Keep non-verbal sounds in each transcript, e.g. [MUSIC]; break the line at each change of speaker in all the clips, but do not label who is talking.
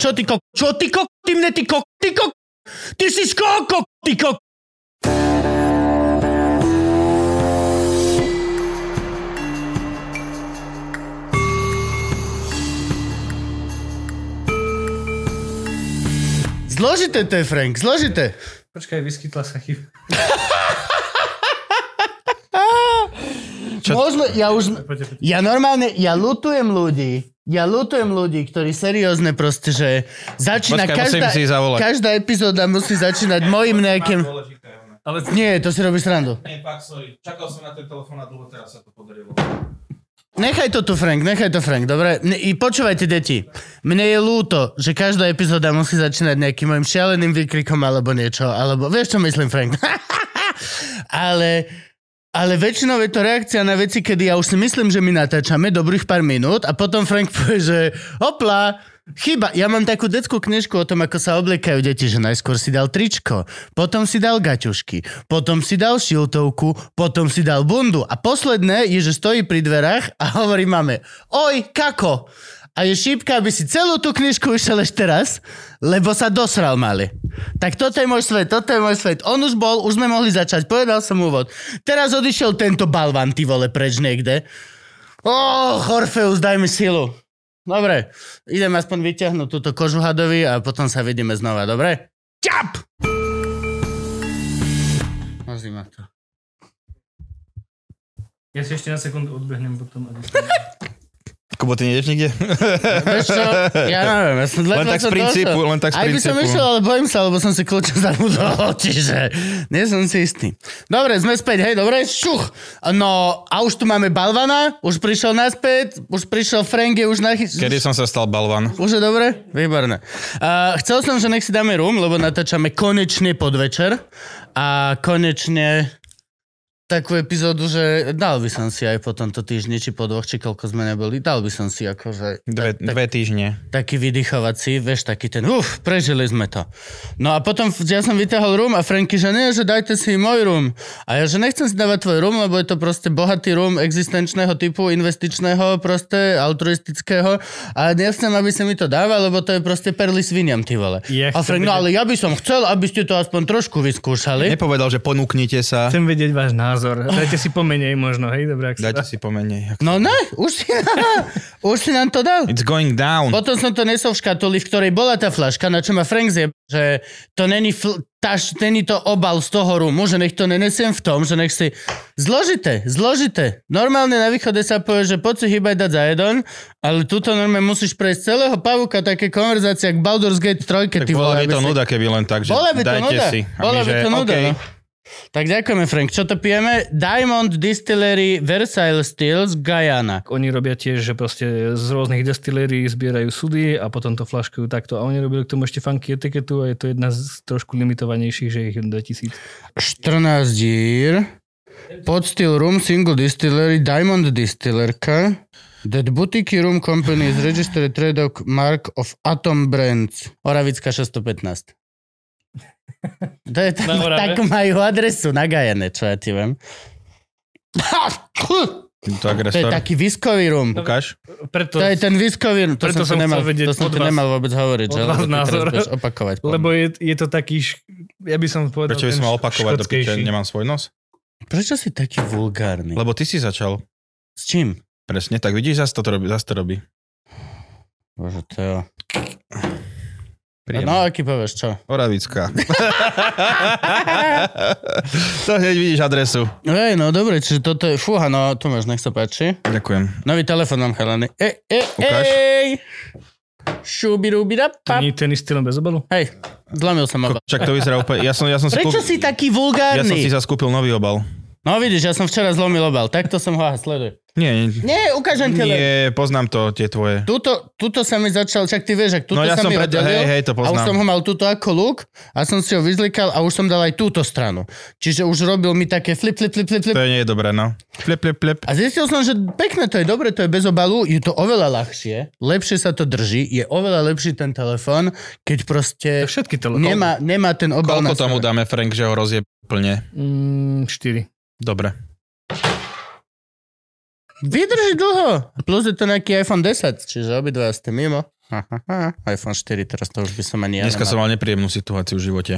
Čo ty kok... Čo ty kok... Ty mne ty kok... Ty kok... Ty si skoko, ty kok... Zložité to je, Frank, zložité.
Počkaj, vyskytla sa chyba.
Čo... Možno, ja už... Ja normálne, ja lutujem ľudí. Ja lutujem ľudí, ktorí seriózne proste, že začína
Počkaj, musím
každá,
si zavolať.
každá epizóda musí začínať mojim nejakým...
Ale
Nie, to si robíš srandu.
Nie, pak, sorry. Čakal som na ten telefón a dlho teraz sa to podarilo.
Nechaj to tu, Frank, nechaj to, Frank, dobre? Ne, I počúvajte, deti. Mne je ľúto, že každá epizóda musí začínať nejakým mojim šialeným výkrikom alebo niečo, alebo vieš, čo myslím, Frank? [LAUGHS] ale, ale väčšinou je to reakcia na veci, kedy ja už si myslím, že my natáčame dobrých pár minút a potom Frank [LAUGHS] povie, že opla, Chyba, ja mám takú detskú knižku o tom, ako sa obliekajú deti, že najskôr si dal tričko, potom si dal gaťušky, potom si dal šiltovku, potom si dal bundu a posledné je, že stojí pri dverách a hovorí mame, oj, kako? A je šípka, aby si celú tú knižku išiel ešte raz, lebo sa dosral mali. Tak toto je môj svet, toto je môj svet. On už bol, už sme mohli začať, povedal som úvod. Teraz odišiel tento balvan, ty vole, preč niekde. Oh, Orfeus, daj mi silu. Dobre, idem aspoň vyťahnuť túto kožu hadovi a potom sa vidíme znova, dobre? Ťap! Mazí ma to.
ja si ešte na sekundu odbehnem potom. Aby...
Kubo, ty nejdeš nikde?
Vieš čo? Ja neviem, ja som
Len tak z princípu, len tak z
Aj by som
princípu.
išiel, ale bojím sa, lebo som si kľúče zabudol, čiže nie som si istý. Dobre, sme späť, hej, dobre, šuch. No, a už tu máme Balvana, už prišiel naspäť, už prišiel Frank, je už nachy...
[LAUGHS] Kedy som sa stal balvan?
Už je dobre? Výborné. A chcel som, že nech si dáme rum, lebo natáčame konečne podvečer a konečne takú epizódu, že dal by som si aj po tomto týždni, či po dvoch, či koľko sme neboli, dal by som si akože
Dve, dve týždne.
taký vydychovací, vieš, taký ten, uf, prežili sme to. No a potom f- ja som vyťahol rum a Franky, že nie, že dajte si môj rum. A ja, že nechcem si dávať tvoj rum, lebo je to proste bohatý rum existenčného typu, investičného, proste altruistického a nechcem, aby si mi to dával, lebo to je proste perly sviniam, ty vole.
Ja
a
chcem
Frank, no
vedieť-
ale ja by som chcel, aby ste to aspoň trošku vyskúšali.
Nepovedal, že ponúknite sa.
Chcem vedieť váš názor. Dajte si pomenej možno, hej? Dobre, ak sa
Dajte si pomenej.
No ne, už si, [LAUGHS] už si nám to dal.
It's going down.
Potom som to nesol v škatuli, v ktorej bola tá flaška, na čo ma Frank zjeb, že to není, fl- taš, není to obal z toho rumu, že nech to nenesiem v tom, že nech si... Zložité, zložité. Normálne na východe sa povie, že poď si chýbaj dať za jeden, ale tuto normálne musíš prejsť celého pavuka, také konverzácia k Baldur's Gate 3,
Tak
ty vole,
bola by
aby
to
si-
nuda, keby len tak, že
Bola by to
dajte
nuda.
si. A my,
Bola by
že
to nuda,
okej.
no. Tak ďakujeme, Frank. Čo to pijeme? Diamond Distillery Versailles Stills Guyana.
Oni robia tiež, že proste z rôznych destilérií zbierajú sudy a potom to flaškujú takto. A oni robili k tomu ešte funky etiketu a je to jedna z trošku limitovanejších, že ich je 2000.
14 dír, Podstill Room Single Distillery, Diamond Distillerka, That Boutique Room Company is registered trademark mark of Atom Brands. Oravická 615. To je tam,
Na Orave.
tak majú adresu na Gajane, čo ja ti viem.
To
To je
agresor.
taký viskový rum.
Ukáž.
Preto,
To je ten viskový rum. To
Preto
som,
som
ti nemal,
chcel vedieť
to som
od
ti
vás-
nemal vôbec hovoriť.
od
že?
vás
Lebo ty teraz
názor.
budeš opakovať. po mne.
lebo je, je to taký, š... ja by som povedal,
Prečo by som mal opakovať, dokiaľ
škotskejší.
nemám svoj nos?
Prečo si taký vulgárny?
Lebo ty si začal.
S čím?
Presne, tak vidíš, zase to robí. Zase to robí.
Bože, to jo.
Príjemné.
No, aký povieš, čo?
Oravická. [LAUGHS] to hneď vidíš adresu.
Ej, no dobre, čiže toto je... Fúha, no tu máš, nech sa páči.
Ďakujem.
Nový telefon mám, chalany. Ej, ej,
Ukáž.
ej! Šubirubida,
To
pap.
nie je ten istý len bez obalu?
Hej, zlomil som obal.
Čak to vyzerá úplne... Ja som, ja som si
Prečo
kúp-
si taký
Ja
vulgárny?
som si zase kúpil nový obal.
No vidíš, ja som včera zlomil obal, takto som ho... Aha, sleduj.
Nie, nie.
Nie, ukážem ti len.
Nie, poznám to, tie tvoje.
Tuto, tuto sa mi začal, čak ty vieš, ak tuto
No ja
sa
som
mi
pred...
oddelil.
Hej, hej, to
A už som
poznám.
ho mal tuto ako luk a som si ho vyzlikal a už som dal aj túto stranu. Čiže už robil mi také flip, flip, flip, flip, flip.
To je nie je dobré, no. Flip, flip, flip.
A zistil som, že pekné to je, dobre to je bez obalu, je to oveľa ľahšie, lepšie sa to drží, je oveľa lepší ten telefón, keď proste
To Všetky telefóny.
nemá, nemá ten obal
Koľko
na
tomu
sebe.
dáme, Frank, že ho rozje plne?
Mm, 4.
Dobre.
Vydrží dlho. Plus je to nejaký iPhone 10, čiže obidva ste mimo. Ha, ha, ha. iPhone 4, teraz to už by som ani ja
Dneska som
nemal.
mal nepríjemnú situáciu v živote.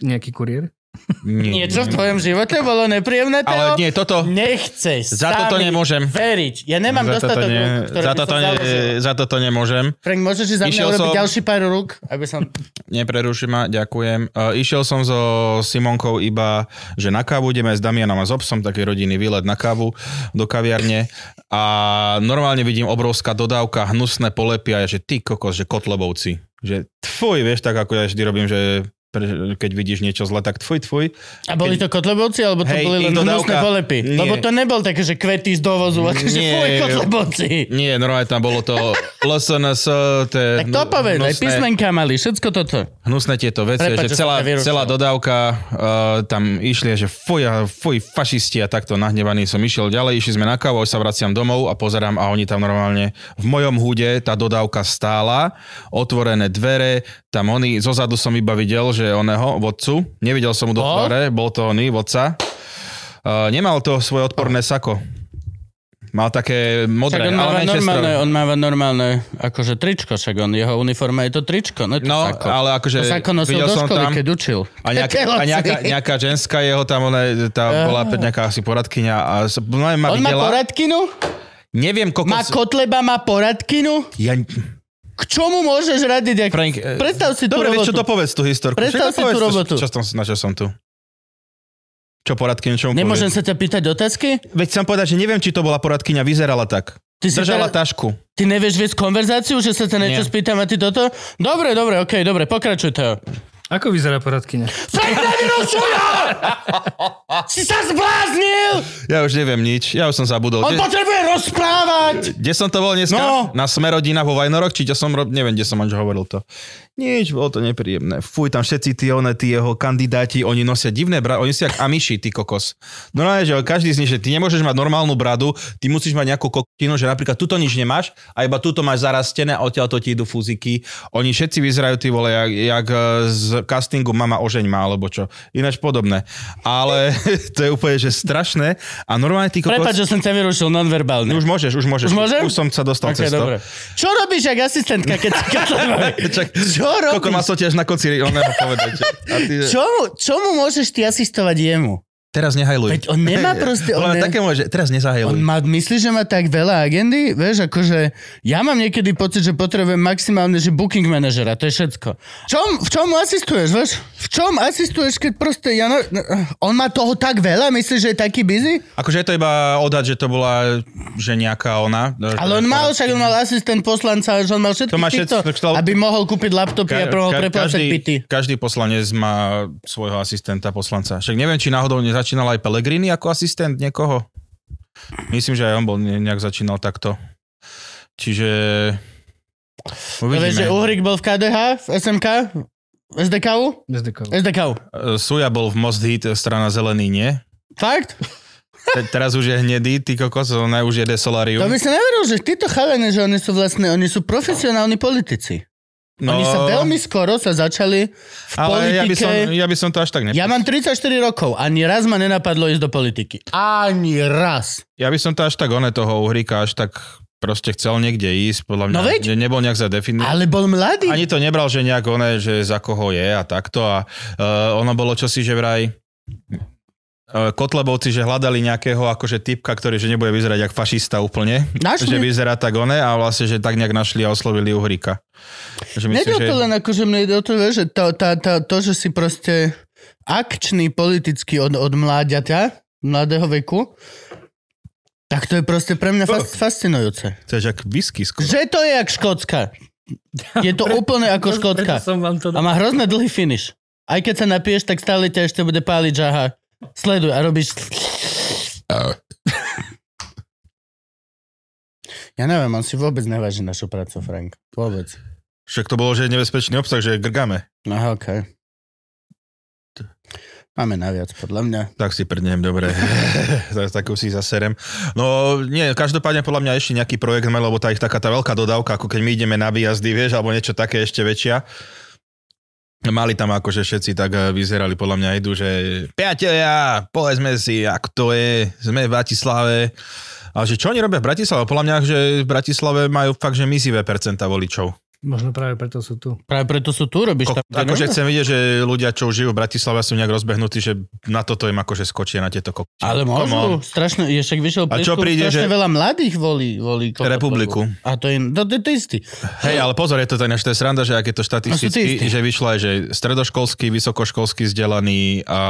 Nejaký kuriér?
Nie,
Niečo v tvojom živote bolo nepríjemné, Teo?
Ale nie, toto,
Nechceš
Za toto
sami
nemôžem.
veriť. Ja nemám
za toto,
dostatok
nie,
rúk, ktoré by
za, toto
som
nie,
založil.
za toto nemôžem.
Frank, môžeš si za mňa
Išiel
urobiť
som-
ďalší pár rúk, aby som...
Nepreruši ma, ďakujem. Uh, išiel som so Simonkou iba, že na kávu ideme s Damianom a s obsom, taký rodinný výlet na kávu do kaviarne a normálne vidím obrovská dodávka, hnusné polepy a ja, že ty kokos, že kotlebovci. Že tfuj, vieš, tak ako ja vždy robím, že pre- keď vidíš niečo zle, tak tfuj, tfuj.
A boli to kotlebovci, alebo to
Hej,
boli len
ich dodávka-
hnusné polepy?
Nie.
Lebo to nebol také, že kvety z dovozu, ale že
Nie.
fuj, kotlebovci.
Nie, normálne tam bolo to
[LAUGHS]
LSNS, to je
Tak to
hnu-
povedz, aj
hnusné-
písmenka mali, všetko toto.
hnusné tieto veci,
Prepáč, že
že
som
celá,
ťa vyrušil.
celá dodávka uh, tam išli, že fuj, a fuj, fašisti a takto nahnevaný som išiel ďalej, išli sme na kávu, až sa vraciam domov a pozerám a oni tam normálne v mojom húde tá dodávka stála, otvorené dvere, tam oni, zozadu som iba videl, že oného, vodcu, nevidel som mu do
Bol?
tváre, bol to oný, vodca. Uh, nemal to svoje odporné sako. Mal také
Však
modré,
on máva
ale
normálne,
Manchesterové.
on máva normálne, akože tričko, však on, jeho uniforma je to tričko, ne to
No,
sako.
ale akože
to sako nosil
videl
do
som
školy,
tam,
keď učil.
A nejaká, a nejaká, nejaká ženská jeho tam, ona, tá bola pred nejaká asi poradkyňa a s- no, ma
On má
videla.
poradkinu?
Neviem, kokos...
Má Kotleba má poradkinu?
ja...
K čomu môžeš radiť? Ak...
Frank, e,
Predstav si
Dobre,
tú
vieš čo,
robotu.
dopovedz tú historku.
Predstav si
Však
tú
dopovedz to,
robotu.
Čo, som, na čo som tu? Čo poradkyňa, čo mu
Nemôžem
povieš?
sa ťa pýtať otázky?
Veď chcem povedať, že neviem, či to bola poradkyňa, vyzerala tak.
Ty, si
Držala
teraz-
tašku.
ty nevieš viesť konverzáciu, že sa ťa niečo
Nie.
spýtam a ty toto? Dobre, dobre, okej, dobre, pokračuj to.
Ako vyzerá poradkyňa?
Frank, nevyrušuj ho! Si sa zbláznil!
Ja už neviem nič, ja už som zabudol.
On
Kde,
potrebuje rozprávať!
kde som to bol dneska?
No.
Na Smerodina vo Vajnorok, či kde som, rob... neviem, kde som ani hovoril to. Nič, bolo to nepríjemné. Fuj, tam všetci tí, one, tí jeho kandidáti, oni nosia divné brady, oni si jak amiši, ty kokos. No no, že každý z nich, že ty nemôžeš mať normálnu bradu, ty musíš mať nejakú kokotinu, že napríklad tuto nič nemáš a iba tuto máš zarastené a odtiaľ to ti idú fúziky. Oni všetci vyzerajú, ty vole, jak, jak eh, z castingu Mama ožeň má, alebo čo. Ináč podobné. Ale [LAUGHS] to je úplne, že strašné. A normálne ty kokos...
Prepač, že som ťa vyrušil nonverbálne.
Už môžeš, už môžeš.
Už môžem?
Už som sa dostal
Ok,
okay, cez to.
dobre. Čo robíš, ak asistentka, keď si katlebovi?
Čak,
[LAUGHS] Čo
Koľko
robíš?
ma so tiež na konci oného povedať. A ty,
Čomu, čomu môžeš ty asistovať jemu?
Teraz nehajluj.
Veď on nemá proste... On, ne,
Len také môže, teraz
on
nezahajluj.
má, myslíš, že má tak veľa agendy? Vieš, akože ja mám niekedy pocit, že potrebujem maximálne, že booking manažera, to je všetko. V čom, v čom mu asistuješ, vieš? V čom asistuješ, keď proste... Ja, no, no, on má toho tak veľa, myslíš, že je taký busy?
Akože je to iba odhať, že to bola že nejaká ona.
Ale on mal, však on mal asistent poslanca, že on mal všetkých
To má
týchto,
všetko, tak to-
aby mohol kúpiť laptopy a mohol preplácať pity.
každý, každý poslanec má svojho asistenta poslanca. Však neviem, či náhodou nezačínal aj Pellegrini ako asistent niekoho. Myslím, že aj on bol ne- nejak začínal takto. Čiže...
Vieš, že
Uvidíme.
Uhrik bol v KDH, v SMK, v SDKU?
Bezdekov.
SDKU.
E, Suja bol v Most Hit, e, strana zelený, nie?
Fakt?
Te, teraz už je hnedý, ty kokos, ona už jede solarium.
To by som neveril, že títo chalene, že oni sú vlastne, oni sú profesionálni politici. No, oni sa veľmi skoro sa začali v politike...
ale ja by, som, ja by som to až tak ne...
ja mám 34 rokov, ani raz ma nenapadlo ísť do politiky. Ani raz.
ja by som to až tak one toho Uhrika až tak proste chcel niekde ísť, podľa mňa
No veď.
ne, nebol nejak zadefinovaný.
Ale bol mladý.
Ani to nebral, že nejak one, že za koho je a takto a uh, ono bolo čosi, že vraj uh, Kotlebovci, že hľadali nejakého akože typka, ktorý že nebude vyzerať jak fašista úplne,
Našli.
že vyzerá tak one a vlastne, že tak nejak našli a oslovili Uhrika. Že
Nejde o to len ako, že mne ide o to, vieš, že to, tá, tá, to, že si proste akčný politicky od, od mláďaťa, mladého veku, tak to je proste pre mňa fas, fascinujúce.
to je že jak whisky skoro.
Že to je jak Škótska. Je
[LAUGHS]
to úplne ako Škótska.
Preto som vám to...
A má hrozne dlhý finish. Aj keď sa napiješ, tak stále ťa ešte bude páliť žaha. Sleduj a robíš... Ja neviem, on si vôbec neváži našu prácu, Frank. Vôbec.
Však to bolo, že je nebezpečný obsah, že grgame.
Aha, okej. Máme naviac, podľa mňa.
Tak si prdnem, dobre. [LAUGHS] tak, takú si zaserem. No nie, každopádne podľa mňa ešte nejaký projekt mal, lebo tá ich taká tá veľká dodávka, ako keď my ideme na výjazdy, vieš, alebo niečo také ešte väčšia. Mali tam akože všetci tak eh, vyzerali, podľa mňa idú, že priatelia, povedzme si, ako to je, sme v Bratislave, Ale že čo oni robia v Bratislave? Podľa mňa, že v Bratislave majú fakt, že mizivé percenta voličov.
Možno práve preto sú tu.
Práve preto sú tu, robíš
Ko,
tam.
akože chcem vidieť, že ľudia, čo žijú v Bratislave, sú nejak rozbehnutí, že na toto im akože skočia na tieto kokoti.
Ale
Come
môžu, strašne, je však vyšiel
A
prieskum,
čo príde,
strašne
že-
veľa mladých volí, volí Kokosovu.
Republiku.
A to je, to, to je to istý.
Hej, ale pozor, je to teda, to je sranda, že aké
No sú
to
tí
štatisticky,
istí.
že vyšlo aj, že stredoškolský, vysokoškolský vzdelaný a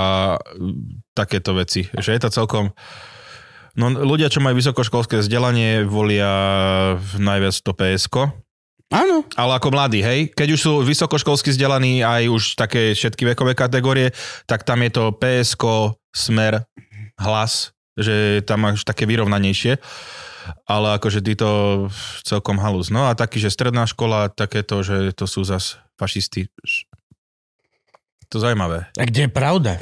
mm, takéto veci. Že je to celkom... No ľudia, čo majú vysokoškolské vzdelanie, volia najviac to PSK.
Áno,
Ale ako mladí, hej? Keď už sú vysokoškolsky vzdelaní aj už také všetky vekové kategórie, tak tam je to PSK, smer, hlas, že tam máš také vyrovnanejšie. Ale akože títo celkom halus. No a taký, že stredná škola, takéto, že to sú zas fašisti. To zaujímavé.
a kde je pravda?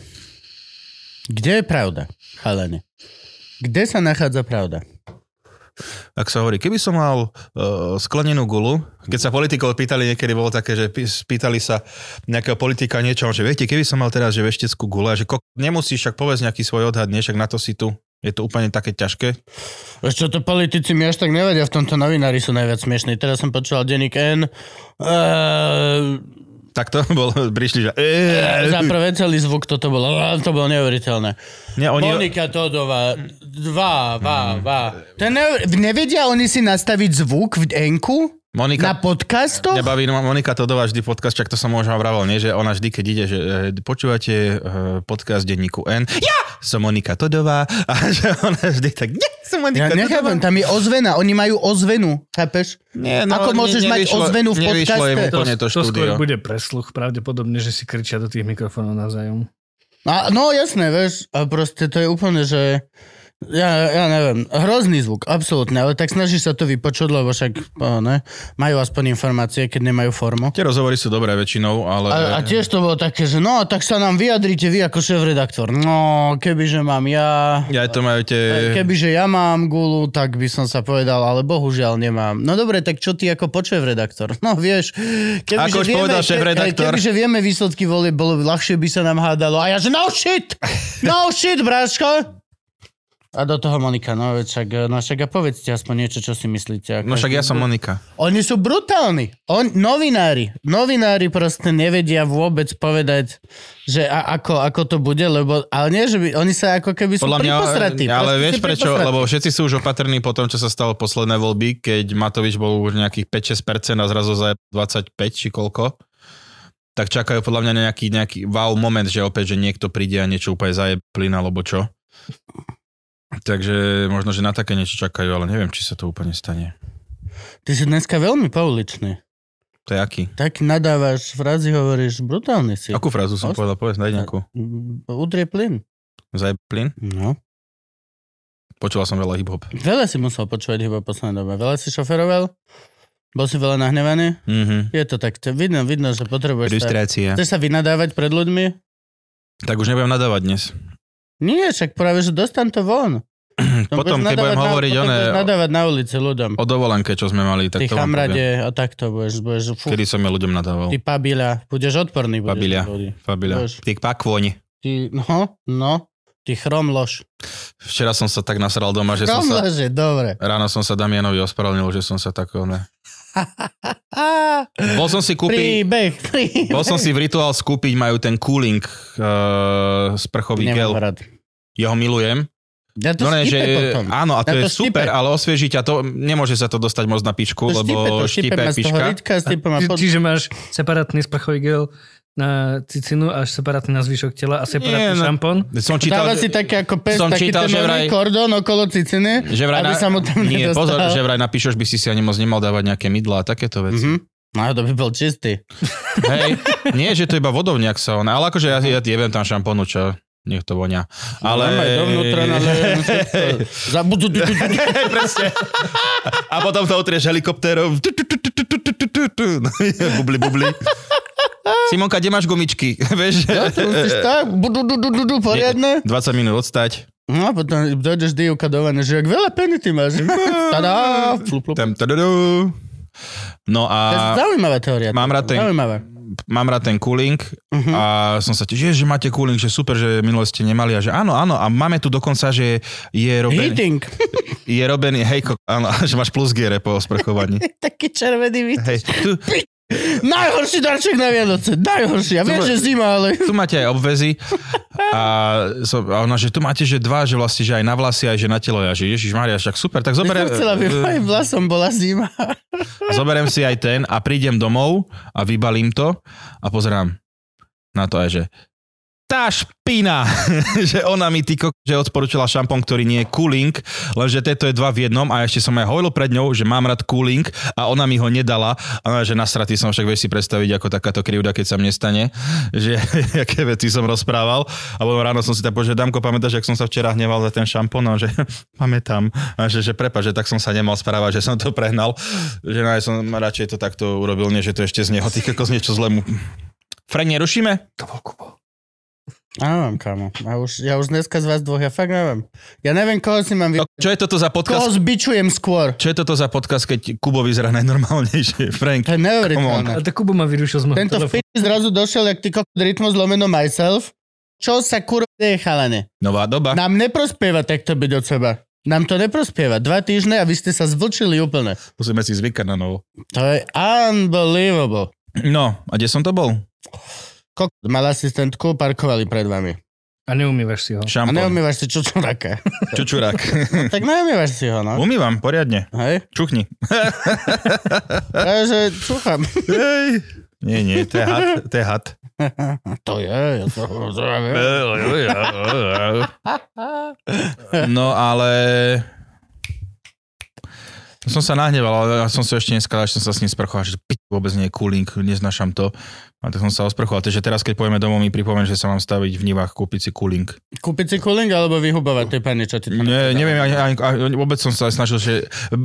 Kde je pravda, chalene? Kde sa nachádza pravda?
Ak sa hovorí, keby som mal uh, sklenenú gulu, keď sa politikov pýtali, niekedy bolo také, že pý- spýtali sa nejakého politika niečo, že viete, keby som mal teraz že vešteckú gulu, a že ko- nemusíš, však povedz nejaký svoj odhad, nie, však na to si tu. Je to úplne také ťažké.
Vieš čo, to politici mi až tak nevedia, v tomto novinári sú najviac smiešní. Teraz som počúval denník N. Ehm,
Tak to [LAUGHS] bolo, prišli, že...
za prvé celý zvuk toto bolo, to bolo neuveriteľné.
Nie,
Oni...
oni,
Monika Todová, dva, dva, dva. To je neu... Nevedia oni si nastaviť zvuk v enku? Na
Monika,
podcastoch?
Mňa baví no, Monika Todová vždy podcast, čak to som možno vravel, nie? že ona vždy, keď ide, že e, počúvate e, podcast denníku N, ja som Monika Todová [LAUGHS] a že ona vždy tak, ja som
Ja
Monika Todová.
nechápem, tam je ozvena, oni majú ozvenu, chápeš?
Nie, no,
Ako môžeš mať ozvenu v
nevyšlo im
podcaste?
úplne to,
to skôr
štúdio.
bude presluch, pravdepodobne, že si kričia do tých mikrofónov navzájom.
A, no jasné, vieš, a proste to je úplne, že... Ja, ja neviem, hrozný zvuk, absolútne, ale tak snažíš sa to vypočuť, lebo však o, ne, majú aspoň informácie, keď nemajú formu.
Tie rozhovory sú dobré väčšinou, ale...
A, a tiež to bolo také, že no, tak sa nám vyjadrite vy ako šéf-redaktor. No, kebyže mám ja...
Ja to majú tie...
Kebyže ja mám gulu, tak by som sa povedal, ale bohužiaľ nemám. No dobre, tak čo ty ako počev redaktor? No vieš, kebyže
Ako už
vieme, e,
povedal šéf-redaktor.
kebyže vieme výsledky volie, bolo ľahšie by sa nám hádalo. A ja že no shit! No shit, bráško! A do toho Monika, no veď však, no však a povedzte aspoň niečo, čo si myslíte. Ako...
No však ja som Monika.
Oni sú brutálni. On, novinári. Novinári proste nevedia vôbec povedať, že a, ako, ako to bude, lebo, ale nie, že by, oni sa ako keby sú
Podľa mňa,
pripostratí.
ale
proste
vieš
si
prečo?
pripostratí.
Lebo všetci sú už opatrní po tom, čo sa stalo posledné voľby, keď Matovič bol už nejakých 5-6% a zrazu za 25 či koľko. Tak čakajú podľa mňa na nejaký, nejaký wow moment, že opäť, že niekto príde a niečo úplne zaje plyn alebo čo. Takže možno, že na také niečo čakajú, ale neviem, či sa to úplne stane.
Ty si dneska veľmi pouličný.
To je aký?
Tak nadávaš frázy, hovoríš brutálne si.
Akú frázu som
Ost-
povedal? Povedz, daj nejakú.
Mm, Udrie plyn.
Zajeb plyn?
No.
Počúval som veľa hip-hop.
Veľa si musel počúvať iba poslednej dobe. Veľa si šoferoval, bol si veľa nahnevaný.
Mhm.
Je to tak, to vidno, vidno, že potrebuješ sa...
Ilustrácia.
Chceš sa vynadávať pred ľuďmi?
Tak už nebudem nadávať dnes.
No, Nie, však práve, že dostan to von. No,
Hm, Potom,
budeš
keď budem
nadávať na-
hovoriť
potom
one,
budeš nadávať na ulici ľuďom.
o dovolenke, čo sme mali, tak
Ty
to vám poviem.
chamrade a takto budeš, budeš fú,
Kedy som ja ľuďom nadával.
ty pabila, budeš odporný. Budeš
Pabila.
na ľudí.
Fabila.
Bož.
Ty pakvoň.
Ty, no, no, ty chromlož.
Včera som sa tak nasral doma, že som sa...
Chromlože, dobre.
Ráno som sa Damianovi ospravedlnil, že som sa tak... Ne.
Á,
Bol som si kúpiť...
príbeh, príbeh.
Bol som si v Ritual skúpiť, majú ten cooling uh, sprchový
Nemám
gel.
rád.
Ja ho milujem.
Ja to
No ne, že,
štípe potom.
áno, a to,
Na
je
to štípe.
super, ale osvieži ťa to, nemôže sa to dostať moc na pičku,
To štípe, to
lebo štípe
štípe, má z toho
pička.
ritka, štípe ma
Či,
No pod...
čiže máš separátny sprchový gel na cicinu a separátny na zvyšok tela a separátny
Nie, no.
šampón.
Som čítal,
Dáva
že-
si také ako pes,
Som
taký ten
čítal, že
oný
vraj-
kordón okolo ciciny,
Že vraj
aby
na...
sa mu tam
Nie,
nedostal.
pozor, že vraj napíšeš, by si si ani moc nemal dávať nejaké mydla a takéto veci.
Mhm. No, to by bol čistý.
Mm-hmm. Hej, nie, že to iba vodovňak sa ona, ale akože ja, ja jebem tam šampónu, čo nech to vonia. Ale...
No, aj dovnútra,
[LAUGHS]
ale... [LAUGHS] Zabudú...
Presne. A potom to otrieš helikoptérom. Tu, tu, tu, tu, tu, tu, tu, tu, tu, tu. [LAUGHS] Bubli, bubli. Simonka, kde máš gumičky? [LAUGHS] Vieš?
No, to musíš tak, budú, budú, budú, poriadne.
20 minút odstať.
No a potom dojdeš dývka do vane, že jak veľa peny ty
[LAUGHS]
máš. Tadá, flup, flup.
Tam, tadadú. No
To je
a...
zaujímavá teória.
Mám rád ten-
Zaujímavá. Mhm.
mám rád ten cooling
Hm?
uh-huh. a som sa tešil, že máte cooling, že super, že minule ste nemali a že áno, áno a máme tu dokonca, že je robený,
Heating. [LAUGHS]
je robený hej, ko- áno, [LAUGHS] že máš plus gere
[LAUGHS]
po sprchovaní.
Taký červený vít.
Hej, tu,
Najhorší darček na Vianoce. Najhorší. Ja viem,
ma-
že zima, ale...
tu máte aj obvezy a, som, a ona, že tu máte, že dva, že vlastne, že aj na vlasy, aj že na telo. Ja, že Ježiš Maria, však super, tak
Ja
zoberiem,
som [LAUGHS] chcela, aby
[LAUGHS]
mojim vlasom bola zima.
zoberiem si aj ten a prídem domov a vybalím to a pozerám na to aj, že tá špina, [LAUGHS] že ona mi tyko, že odporúčila šampón, ktorý nie je cooling, lenže tento je dva v jednom a ešte som aj hovoril pred ňou, že mám rád cooling a ona mi ho nedala a ona, že nasratý som však vieš si predstaviť ako takáto krivda, keď sa mne stane, [LAUGHS] že aké veci som rozprával a potom ráno som si tam povedal, že Damko, pamätáš, ak som sa včera hneval za ten šampón a on, že [LAUGHS] pamätám, a že, že prepa, že tak som sa nemal správať, že som to prehnal, že no, ja som radšej to takto urobil, než že to ešte z neho ty kokos niečo zlé mu... Frank, nerušíme?
To bol Kubo.
Neviem, kámo. Ja už, ja už dneska z vás dvoch, ja fakt neviem. Ja neviem, koho si mám vy...
Čo je toto za
Koho
podcast?
zbičujem skôr.
Čo je toto za podcast, keď Kubo vyzerá najnormálnejšie? Frank,
To je
Ale
neuveriteľné.
to Kubo ma vyrušil z môjho
Tento
telefónu.
film zrazu došiel, jak ty kokot rytmus lomeno myself. Čo sa kurva deje, chalane?
nová doba.
Nám neprospieva takto byť od seba. Nám to neprospieva. Dva týždne a vy ste sa zvlčili úplne.
Musíme si zvykať na novo.
To je unbelievable.
No, a kde som to bol?
Kokot mal asistentku, parkovali pred vami.
A neumývaš si ho.
A
Šampón.
neumývaš si čučuraka.
Čučurák.
tak neumývaš si ho, no.
Umývam, poriadne.
Hej?
Čuchni.
Takže čuchám.
Hej. Nie, nie, to je had. To je had.
[LAUGHS] to je, ja to zdravím.
Eh? [LAUGHS] No ale... Som sa nahneval, ale ja som sa ešte dneska, až som sa s ním sprchoval, že piť, vôbec nie je cooling, neznašam to. A tak som sa osprchoval. Takže teraz, keď pojeme domov, mi pripomem, že sa mám staviť v nivách kúpiť si cooling.
Kúpiť si cooling alebo vyhubovať tej pani, čo ti tam
Ne, neviem, ani, ani, ani, vôbec som sa aj snažil, že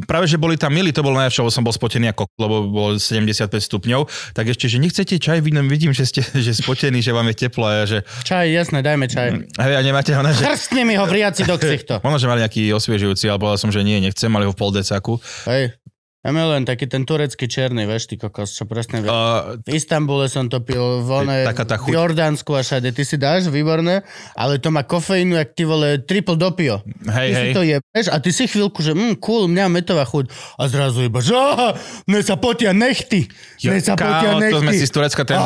práve, že boli tam milí, to bolo najlepšie, lebo som bol spotený ako, k- lebo bolo 75 stupňov, tak ešte, že nechcete čaj, vidím, vidím že ste že spotení, že vám je teplo a ja, že
Čaj, jasné, dajme čaj.
hej, a nemáte ho, ne, že
Krstni mi ho vriaci do ksichto.
Možno, že mali nejaký osviežujúci, ale povedal som, že nie, nechcem, mali ho v pol decaku.
Hej. Ja milujem taký ten turecký černý, vieš, ty kokos, čo presne vie.
Uh,
V Istambule som to pil, v, one,
Taká tá chuť.
v Jordánsku a všade. Ty si dáš, výborné, ale to má kofeínu, jak ty vole, triple dopio.
hej,
ty
hej.
si to jebeš a ty si chvíľku, že mm, cool, mňa metová chuť. A zrazu iba, že oh, mne sa potia nechty. Mne sa Ah! potia
Kámo, to sme si z
nechty.
Turecka, ten,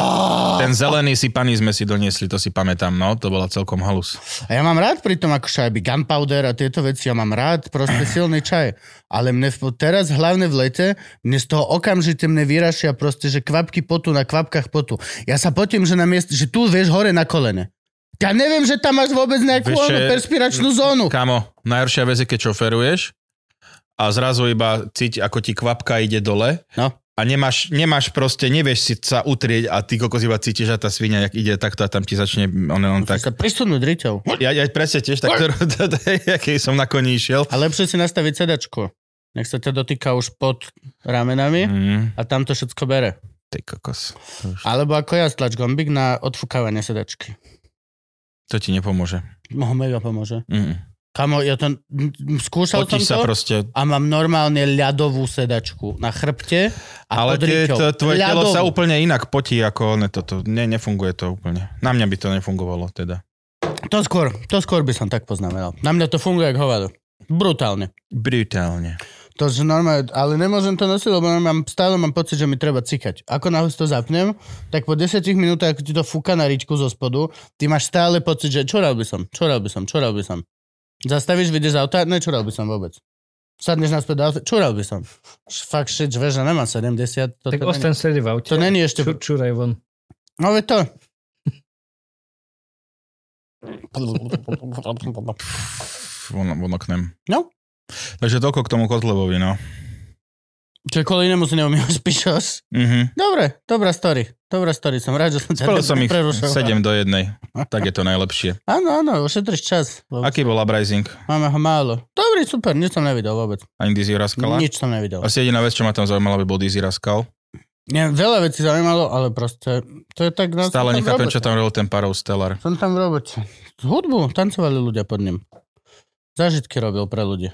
ten zelený sypaný sme si doniesli, to si pamätám, no, to bola celkom halus.
A ja mám rád pri tom ako šajby gunpowder a tieto veci, ja mám rád
[CLEARS THROAT]
proste silný čaj. Ale mne v- teraz, hlavne v lete, mne z toho okamžite mne vyrašia proste, že kvapky potu na kvapkách potu. Ja sa potím, že, na miest, že tu vieš hore na kolene. Ja neviem, že tam máš vôbec nejakú
Vieš,
onú
že-
perspiračnú zónu.
Kámo, najhoršia vec je, keď šoferuješ a zrazu iba cíti, ako ti kvapka ide dole
No.
a nemáš, nemáš proste, nevieš si sa utrieť a ty kokos iba cítiš, že tá svinia, jak ide takto a tam ti začne, on, on
Tak. Sa
tak.
prisunúť riťou.
Ja, ja presne tiež takto, [LAUGHS] aký som na koni išiel.
A lepšie si nastaviť sedačku. Nech sa to dotýka už pod ramenami
Mm,
a tam to všetko bere.
ty kokos.
Alebo ako ja stlač gombík na odfúkávanie sedačky.
To ti nepomôže.
No, mega pomôže.
Mm.
Kamo, ja to... m- m- Skúšal
Potíš sa
som to
proste.
a mám normálne ľadovú sedačku na chrbte a
Ale
pod
tie,
riťou.
to, tvoje telo
Ľadovú.
sa úplne inak potí, ako ne, toto. Ne, nefunguje to úplne. Na mňa by to nefungovalo teda.
To skôr, to skôr by som tak poznamenal. Na mňa to funguje ako hovado. Brutálne.
Brutálne.
To že normálne, ale nemôžem to nosiť, lebo normálne mám, stále mám pocit, že mi treba cikať. Ako náhle si to zapnem, tak po 10 minútach, ako ti to fúka na ričku zo spodu, ty máš stále pocit, že čo robil som, čo robil som, čo robil som. Zastavíš, vyjdeš z auta, ne, čo robil som vôbec. Sadneš naspäť do auta, čo robil som. Fakt shit, že veža, nemám 70. To,
Tak
to
ostaň sede v aute.
To není ešte-
Čur, čuraj von.
No veď to.
Von, von oknem.
No.
Takže toľko k tomu Kotlebovi, no.
Čiže kvôli inému si [LAUGHS] neumývaš, pišoš.
Mhm.
Dobre, dobrá story. Dobrá story, som rád, že som ťa
Spravil som ich
prerušil.
7 do 1. Tak je to
[LAUGHS]
najlepšie.
Áno, áno, ušetriš čas. Lebo
Aký bol Uprising?
Máme ho málo. Dobrý, super, nič som nevidel vôbec.
Ani Dizzy Raskala?
Nič som nevidel.
Asi jediná vec, čo ma tam zaujímala, by bol Dizzy Raskal.
Nie, veľa vecí zaujímalo, ale proste to je tak... No, som tam
Stále
v
nechápem,
robote.
čo tam robil ten Parov Stellar.
Som tam v robote. Hudbu tancovali ľudia pod ním. Zážitky robil pre ľudí.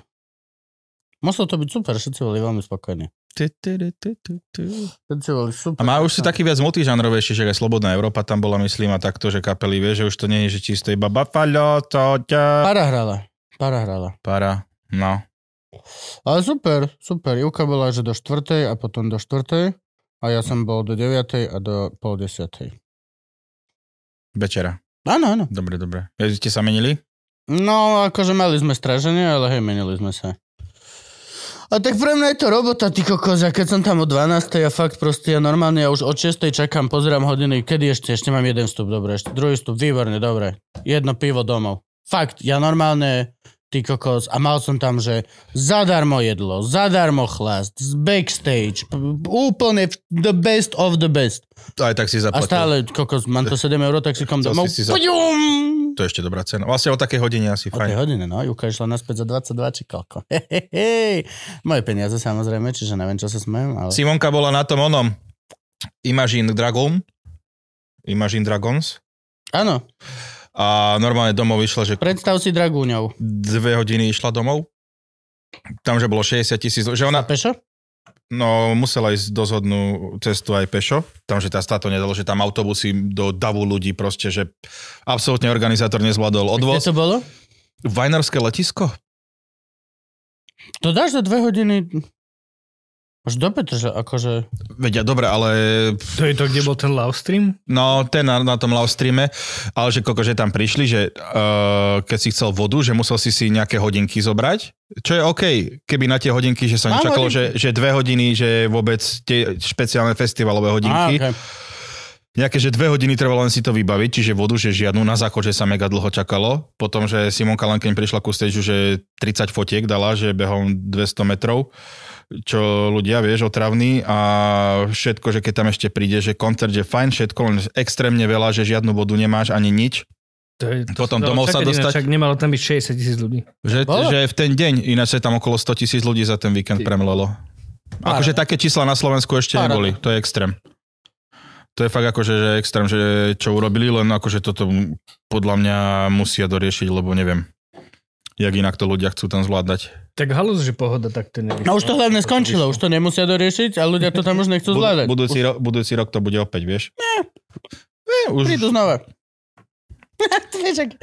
Muselo to byť super, všetci boli veľmi spokojní.
Tu, tu, tu, tu, tu, tu.
Počúvali,
A
super.
má už si taký viac multižanrovejší, že aj Slobodná Európa tam bola, myslím, a takto, že kapely vie, že už to nie je, že čisto iba bafalo, to ťa...
Para hrala. Para hrala.
Para. No.
Ale super, super. Juka bola, že do 4. a potom do 4. A ja som bol do 9. a do pol 10.
Večera.
Áno, áno.
Dobre, dobre. Ja, Ste sa menili?
No, akože mali sme straženie, ale hej, menili sme sa. A tak pre mňa je to robota, ty kokos, ja keď som tam o 12. ja fakt proste, ja normálne, ja už od 6. čakám, pozerám hodiny, kedy ešte, ešte mám jeden stup, dobre, ešte druhý stup, výborne, dobre, jedno pivo domov. Fakt, ja normálne, ty kokos, a mal som tam, že zadarmo jedlo, zadarmo chlast, backstage, p- p- úplne v- the best of the best.
Aj tak si
A
zaplatil.
stále, kokos, mám to 7 eur, tak si kom
To
domov,
si si za-
pďum!
To je ešte dobrá cena. Vlastne o také hodine
O
asi
tej
fajn.
hodine, no. Juka išla naspäť za 22, či [LAUGHS] koľko. Hehehe. Moje peniaze samozrejme, čiže neviem, čo sa smejem, ale...
Simonka bola na tom onom. Imagine Dragon. Imagine Dragons.
Áno,
A normálne domov išla, že
predstav si Dragúňov.
dve hodiny išla domov. Tam, že bolo 60 tisíc, že
Na
ona
pešo?
no, musela ísť dozhodnú cestu aj pešo. Tam, že tá státo nedalo, že tam autobusy do davu ľudí proste, že absolútne organizátor nezvládol
Kde
odvoz.
to bolo?
Vajnarské letisko?
To dáš za dve hodiny... Až do Petrža, akože...
Vedia, dobre, ale
To je to, kde bol ten live stream?
No, ten na, na tom live streame, ale že koko, že tam prišli, že uh, keď si chcel vodu, že musel si si nejaké hodinky zobrať, čo je OK, keby na tie hodinky, že sa
Mám
nečakalo,
hodinky.
že, že dve hodiny, že vôbec tie špeciálne festivalové
Á,
hodinky,
okay.
nejaké, že dve hodiny trvalo len si to vybaviť, čiže vodu, že žiadnu, na záchod, že sa mega dlho čakalo, potom, že Simonka len keď prišla ku stage, že 30 fotiek dala, že behom 200 metrov, čo ľudia, vieš, otravní a všetko, že keď tam ešte príde, že koncert je fajn, všetko, len extrémne veľa, že žiadnu vodu nemáš ani nič.
To je, to
Potom
sa dalo
domov
čakať,
sa
ináč
dostať?
Však nemalo tam byť 60 tisíc ľudí.
Že,
Bolo?
že v ten deň, ináč sa tam okolo 100 tisíc ľudí za ten víkend
Ty.
premlelo. Akože také čísla na Slovensku ešte
Paráda.
neboli, to je extrém. To je fakt akože že extrém, že čo urobili, len akože toto m- podľa mňa musia doriešiť, lebo neviem, jak inak to ľudia chcú tam zvládať.
Tak halus, že pohoda tak to nevyšlo.
No už to hlavne skončilo, už to nemusia doriešiť a ľudia to tam už nechcú zvládať.
Bud- budúci, ro- budúci rok to bude opäť, vieš? Nie. Už,
Prídu
[LAUGHS]
znova. [LAUGHS] Vieš, ak-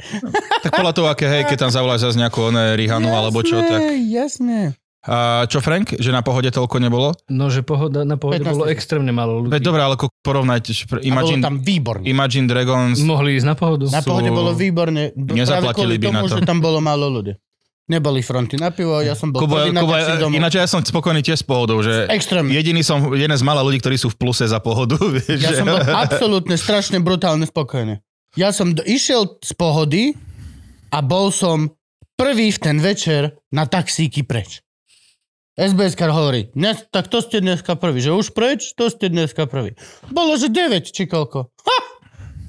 tak podľa toho, aké, hej, keď tam zavoláš zase nejakú oné Rihanu alebo čo, tak...
Jasné, Jasné.
A čo Frank, že na pohode toľko nebolo?
No, že pohoda, na pohode
15
bolo
tisíc.
extrémne málo ľudí.
Veď dobre, ale ko- porovnajte, že
A
pre-
bolo
Imagine,
tam výborne.
Imagine Dragons,
Mohli ísť na pohodu.
Na
sú-
pohode bolo výborne. b- práve kvôli
Nezaplatili by
tomu,
na to.
že tam bolo málo ľudí. Neboli fronty na pivo, ja som bol
Kubo,
prvý na
Kubo,
taxi domov.
ináč ja som spokojný tiež s pohodou, že
Extrémne.
jediný som, jeden z mála ľudí, ktorí sú v pluse za pohodu. [LAUGHS] Vieš,
Ja som
že-
bol absolútne strašne brutálne spokojný. Ja som do, išiel z pohody a bol som prvý v ten večer na taxíky preč. SBS kar hovorí, dnes, tak to ste dneska prvý, že už preč, to ste dneska prvý. Bolo, že 9 či koľko. Ha!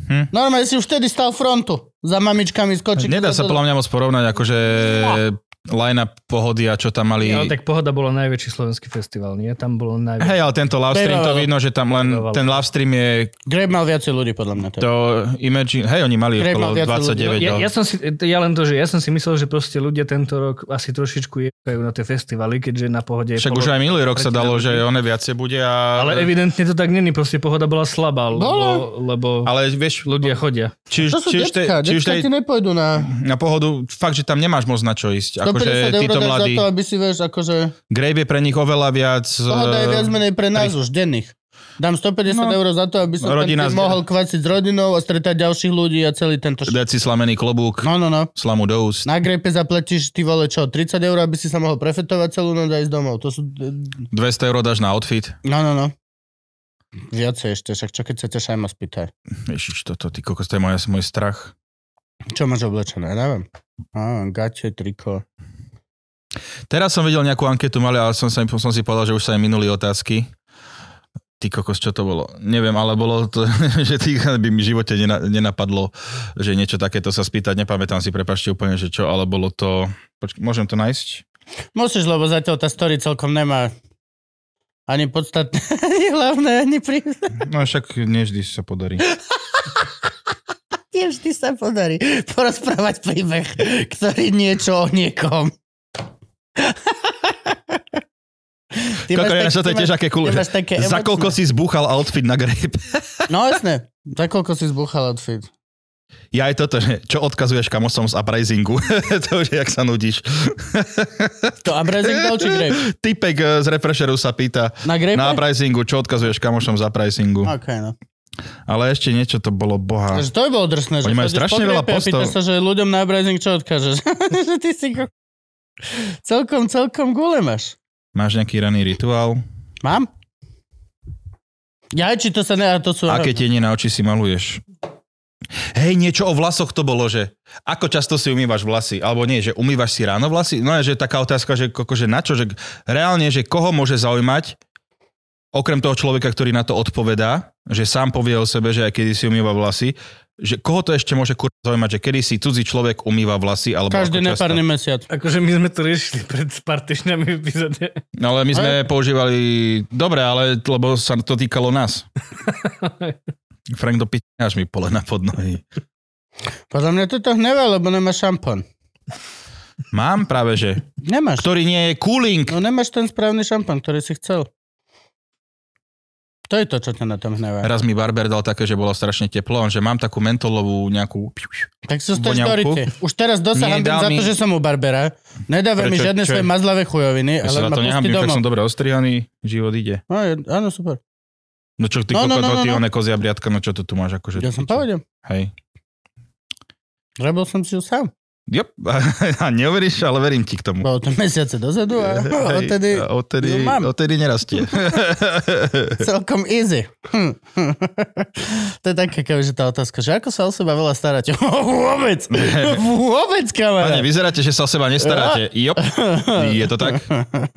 Hm.
Normálne si už vtedy stal frontu za mamičkami skočí.
Nedá sa podľa mňa moc porovnať, akože
No.
line-up pohody a čo tam mali.
Ja, tak pohoda bola najväčší slovenský festival, nie? Tam bolo najväčší. No,
Hej, ale tento live stream, to
Pero-
vidno, že tam len
Pero-
ten live stream je
Greb mal viacej ľudí podľa mňa. teda. To...
to Imagine, hej, oni mali
Pero
okolo
viac ľudí.
29.
Ja,
no.
ja, som si, ja len to, že ja som si myslel, že proste ľudia tento rok asi trošičku jebkajú na tie festivaly, keďže na pohode je
Však
polo-
už aj minulý rok
Proti
sa dalo, že
ľudí.
one viacej bude a...
Ale evidentne to tak není, proste pohoda bola slabá, lebo,
Bola.
lebo ale...
ale vieš,
ľudia chodia.
či
To
už,
sú
či už, te,
decka,
či už
decka
te,
ti nepôjdu na
na pohodu, fakt, že tam nemáš moc na čo ísť.
150
Akože
eur
títo
dáš za
mladí,
to, aby si vieš, akože
Grape je pre nich oveľa viac...
pohoda je
eh,
viac menej pre nás už, denných. Dám 150
No.
eur za to, aby som
Rodina
tam
s-
mohol kvaciť s rodinou a stretať ďalších ľudí a celý tento š...
dať si slamený klobúk,
No, no, no.
slamu do úst.
Na grepe zaplatíš ty vole čo, 30 eur, aby si sa mohol prefetovať celú noc a ísť domov. To sú...
200 eur dáš na outfit.
No, no, no. Viacej ešte, však čo keď sa ťa šajma spýta.
Ježiš, toto, ty kokos, to je môj, môj strach.
Čo máš oblečené? Ja neviem. Á, gače, triko.
Teraz som videl nejakú anketu mali, ale som, sa, som si povedal, že už sa im minuli otázky. Ty kokos, čo to bolo? Neviem, ale bolo to, [LAUGHS] že tých by mi v živote nena- nenapadlo, že niečo takéto sa spýtať. Nepamätám si, prepašte úplne, že čo, ale bolo to... Počkaj, môžem to nájsť?
Musíš, lebo zatiaľ tá story celkom nemá ani podstatné, [LAUGHS] ani hlavné, ani pri... [LAUGHS]
No však nie vždy sa podarí.
Nie vždy sa podarí porozprávať príbeh, ktorý niečo o niekom. [LAUGHS] Ty máš
Koko,
tak-
ja to
ty
je tiež
máš-
aké cool.
ty máš také
[LAUGHS]
emočné.
Za koľko si zbúchal outfit na grape?
No jasné, za koľko si zbuchal outfit?
Ja aj toto, že čo odkazuješ kamosom z uprisingu? [LAUGHS] to už je, jak sa nudíš.
To abrazing bol či grape?
Typek e, z Refresheru sa pýta
Na grape?
na uprisingu, čo odkazuješ kamošom z uprisingu.
Ok, no.
Ale ešte niečo to bolo boha.
Takže to by bolo drsné, že
No. Oni majú
chodíš
strašne
po
veľa
grape a pýtaš
postov.
sa, že ľuďom na abrazing čo odkážeš. [LAUGHS] že ty si ko... Celkom, celkom gule máš.
Máš nejaký raný rituál?
Mám? Ja, či to sa ne... a To sú...
Aké tiene na oči si maluješ? Hej, niečo o vlasoch to bolo, že ako často si umývaš vlasy? Alebo nie, že umývaš si ráno vlasy? No je, že taká otázka, že, koko, že na čo? Že reálne, že koho môže zaujímať, okrem toho človeka, ktorý na to odpovedá, že sám povie o sebe, že aj kedy si umýva vlasy, že koho to ešte môže kurva zaujímať, že kedy si cudzí človek umýva vlasy, alebo
Každý
ako často?
nepárny mesiac.
Akože my sme to riešili pred pár týždňami v epizóde.
No ale my sme používali... Dobre, ale lebo sa to týkalo nás. Frank do piči, až mi pole na podnohy.
Podľa mňa to to hnevá, lebo nemáš šampón.
Mám práve, že.
Nemáš.
Ktorý nie je cooling.
No nemáš ten správny šampón, ktorý si chcel. To je to, čo ťa na tom hnevá.
Raz mi barber dal také, že bolo strašne teplo, on že mám takú mentolovú nejakú...
Tak sú to
voňavku.
storite. Už teraz dosahám
Nedal
za to,
mi-
že som u Barbera. Nedáva mi
Prečo?
žiadne
Čo
svoje
je?
mazlavé chujoviny,
Ja
ale
sa za
ma
to
pustí
nehambím, tak
domov.
som dobre ostrihaný, život ide.
No, je- áno, super.
No čo ty,
No,
no,
no,
koko,
no,
no,
no,
ty
no.
one kozia briadka, no čo to tu máš akože...
Ja som povedal.
Hej.
Robil som si ju sám.
Jop, [LAUGHS] a neuveríš, ale verím ti k tomu.
Bolo to mesiace dozadu No, a
[LAUGHS] Hej, no.
odtedy
a odtedy,
ju mám.
odtedy
[LAUGHS]
nerastie.
celkom easy. Hm. [LAUGHS] to je taká kebyže tá otázka, že ako sa o seba veľa staráte? [LAUGHS] Vôbec! Vôbec,
Pane,
kamarát!
vyzeráte, že sa o seba nestaráte. Jop, je to tak?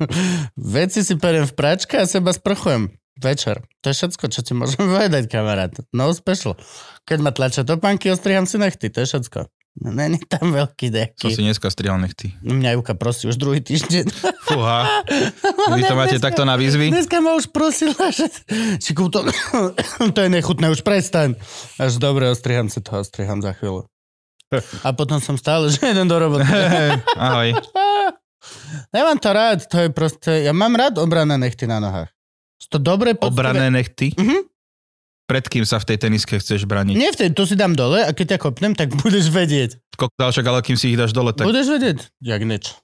[LAUGHS] Veci si periem v pračke a seba sprchujem. Večer. To je všetko, čo ti môžem [LAUGHS] povedať, kamarát. No special. Keď ma tlačia topánky, ostriham si nechty. To je všetko. No, Není tam veľký
Som si
deky.
dneska strihal nechty.
Mňa Juka prosí už druhý týždeň.
Fúha, vy
[LAUGHS]
to máte takto na výzvy?
Dneska ma už prosila, že si kúp to, [COUGHS] to je nechutné, už prestaň. Až dobre, ostriham si to, ostriham za chvíľu. A potom som stále, že jeden do roboty.
[LAUGHS] Ahoj.
Nemám to rád, to je proste, ja mám rád obrané nechty na nohách. Sú to dobre
Obrané nechty?
Mhm.
Pred kým sa v tej teniske chceš braniť?
Nie vtedy, to si dám dole a keď ťa kopnem, tak budeš vedieť.
Kokdál, však ale kým si ich dáš dole,
Tak.
tak...
Budeš vedieť, jak nič.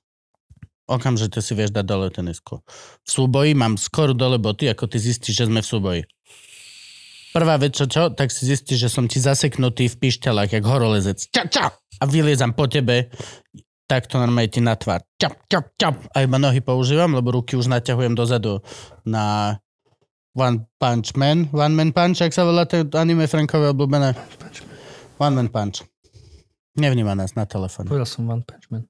Okamžite si vieš dať dole tenisku. V súboji mám skoro dole boty, ako ty zistíš, že sme v súboji. Prvá vec, čo, čo tak si zistíš, že som ti zaseknutý v pišťalách, jak horolezec. Ča, ča! A vyliezam po Tak tebe, takto normálne ti na tvár. Čap, čap, čap. A iba nohy používam, lebo ruky už naťahujem dozadu na One Punch Man. One Man Punch, ak sa volá to anime Frankové obľúbené. One Man Punch. Nevníma nás na telefóne.
Povedal som One Punch Man.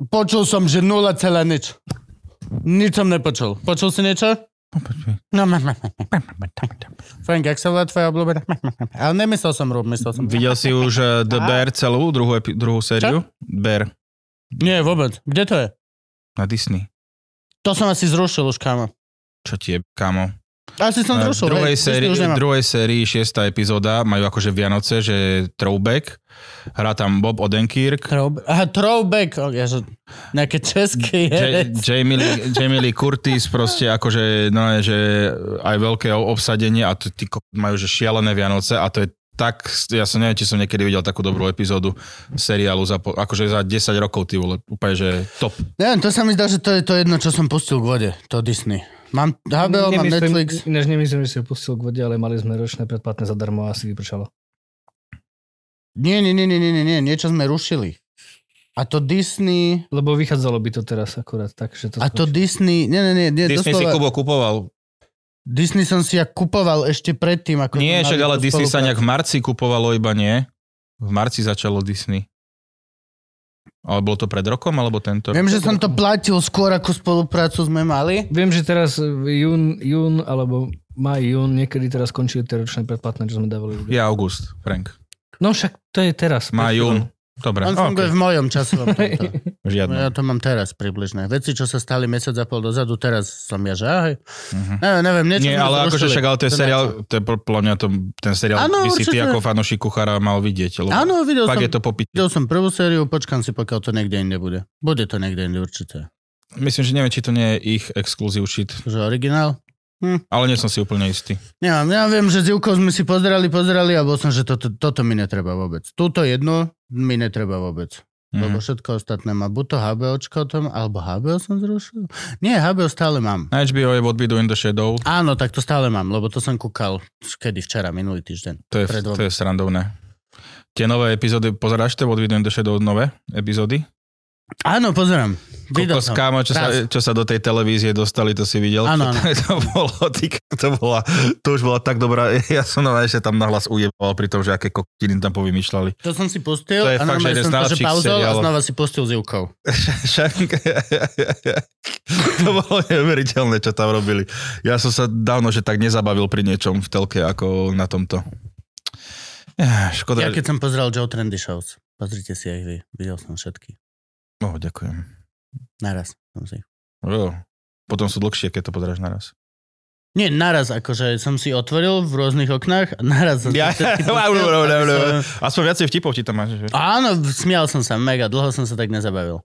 Počul som, že 0, nič. Nič som nepočul. Počul si niečo? No, ma, ma, ma, ma, ma, ma. Frank, ak sa volá tvoja obľúbená? Ma, ma, ma, ma. Ale nemyslel som Rub, myslel som...
Videl si už eh, The Bear celú, druhú, epi- druhú sériu? Bear
Nie, vôbec. Kde to je?
na Disney.
To som asi zrušil už, kámo.
Čo ti je, kámo?
Asi som
Eh,
zrušil.
v druhej,
No, hej,
sérii,
Disney už
v
nemám.
druhej sérii, šiesta epizóda, majú akože Vianoce, že throwback. Hrá tam Bob Odenkirk,
Throwback. Aha, throwback. Oh, jaže, nejaké české
Ja-
je.
Jamie, Lee- Jamie Lee Curtis proste akože, no je, že aj veľké o- obsadenie a to, ty ko- majú že šialené Vianoce a to je tak, ja som neviem, či som niekedy videl takú dobrú epizódu seriálu za, po- akože za 10 rokov, ty vole, úplne, že top.
Neviem, to sa mi zdá, že to je to jedno, čo som pustil k vode. To Disney. Mám HBO, mám
Nemyslím-
Netflix.
Ináč nemyslím, že si ho pustil k vode, ale mali sme ročné predplatné zadarmo a asi vypršalo.
Nie, nie, nie, nie, nie, nie, nie, niečo sme rušili. A to Disney...
Lebo vychádzalo by to teraz akurát tak, že to...
A to Disney, nie, nie, nie, nie
Disney si
doslova,
Kubo kupoval.
Disney som si ja kupoval ešte predtým, ako...
Nie,
sme
však
mali
ale
tú
Disney sa
spoluprácu.
nejak v marci kupovalo, iba nie. V marci začalo Disney. Ale bolo to pred rokom, alebo tento?
Viem, že som to platil skôr, ako spoluprácu sme mali.
Viem, že teraz v jún, jún alebo maj, jún, niekedy teraz končili tie ročné predplatné, čo sme dávali. ľuďom.
Je august, Frank.
No však to je teraz.
Má
pred
jún. Dobre,
On funguje
okay.
v mojom
[LAUGHS]
časovom tomto. No, Ja
žiadno.
to mám teraz približne. Veci, čo sa stali mesiac a pol dozadu, teraz som ja, že ahoj.
Mhm.
Neviem, neviem, niečo
Nie,
sme
ale akože
zrušili.
však, ale to je
To
seriál,
nechcem.
to je po- podľa mňa to, ten seriál
Áno,
ano, by si ty
určite.
ako fanúšik kuchára mal vidieť. Lebo
Áno, videl som,
fakt je to popiť.
videl som prvú sériu, počkam si, pokiaľ to niekde inde bude. Bude to niekde inde určite.
Myslím, že neviem, či to nie je ich exkluzív shit,
Že originál?
ale nie som si úplne istý.
Nemám, ja viem, že z Ivkou sme si pozerali, pozerali a bol som, že toto, toto mi netreba vôbec. Túto jednu mi netreba vôbec. Mm. Lebo
Mm.
všetko ostatné má. Buď to HBOčko tom, alebo HBO som zrušil? Nie, HBO stále mám.
Na HBO je What We Do in the Shadow,
Áno, tak to stále mám, lebo to som kúkal kedy včera, minulý týždeň.
to je,
Pred dvom-
to je srandovné. Tie nové epizódy, pozeráš to What We Do in the Shadow, nové epizódy?
Áno, pozerám. Videl
Kokos,
som.
kámo, čo sa,
Raz.
čo sa do tej televízie dostali, to si videl.
Áno, áno.
[LAUGHS] to, bolo, ty, to, bola, to už bola tak dobrá, [LAUGHS] ja som na ešte tam nahlas ujebal pri tom, že aké kokotiny tam povymýšľali.
To som si pustil
To
a
je fakt,
normálne
že jeden
som
z
to, že
najlepších
pauzol a
seriálov.
znova si pustil s Ivkou.
Však- [LAUGHS] to bolo neuveriteľné, čo tam robili. Ja som sa dávno, že tak nezabavil pri niečom v telke, ako na tomto. Ja, škoda,
Ja
ja
keď som pozeral Joe Trendy Shows, pozrite si aj vy, videl som všetky.
oh, ďakujem.
Naraz som si.
Oh. Potom sú dlhšie, keď to pozeráš naraz.
Nie, naraz, akože som si otvoril v rôznych oknách a naraz som
Ja,
si
[LAUGHS]
všetky pustil,
Dobre, dobre,
aby
dobre.
som-
Aspoň viacej vtipov ti tam máš. Že?
Áno, smial som sa mega, dlho som sa tak nezabavil.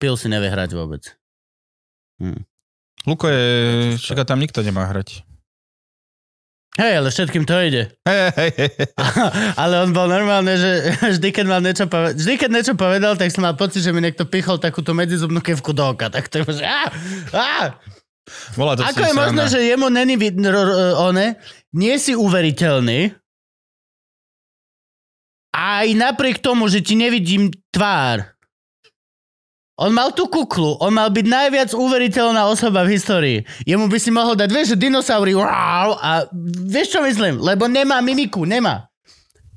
Pil si nevie hrať vôbec.
Luko je... Čaká, tam nikto nemá hrať.
Hej, ale všetkým to ide. [LAUGHS]
Hej, hej, hej, hej.
ale on bol normálne, že [LAUGHS] vždy, keď, mal niečo povedal, vždy, keď niečo povedal, tak som mal pocit, že mi niekto pichol takúto medzizubnú kevku do oka. Tak to je, že á, á.
Bola to
Ako je
sranda.
možné, že jemu není vidno, ro- ro- one, nie si uveriteľný, aj napriek tomu, že ti nevidím tvár. On mal tú kuklu, on mal byť najviac uveriteľná osoba v histórii. Jemu by si mohol dať, vieš, že dinosaury, wow, a vieš, čo myslím? Lebo nemá mimiku, nemá.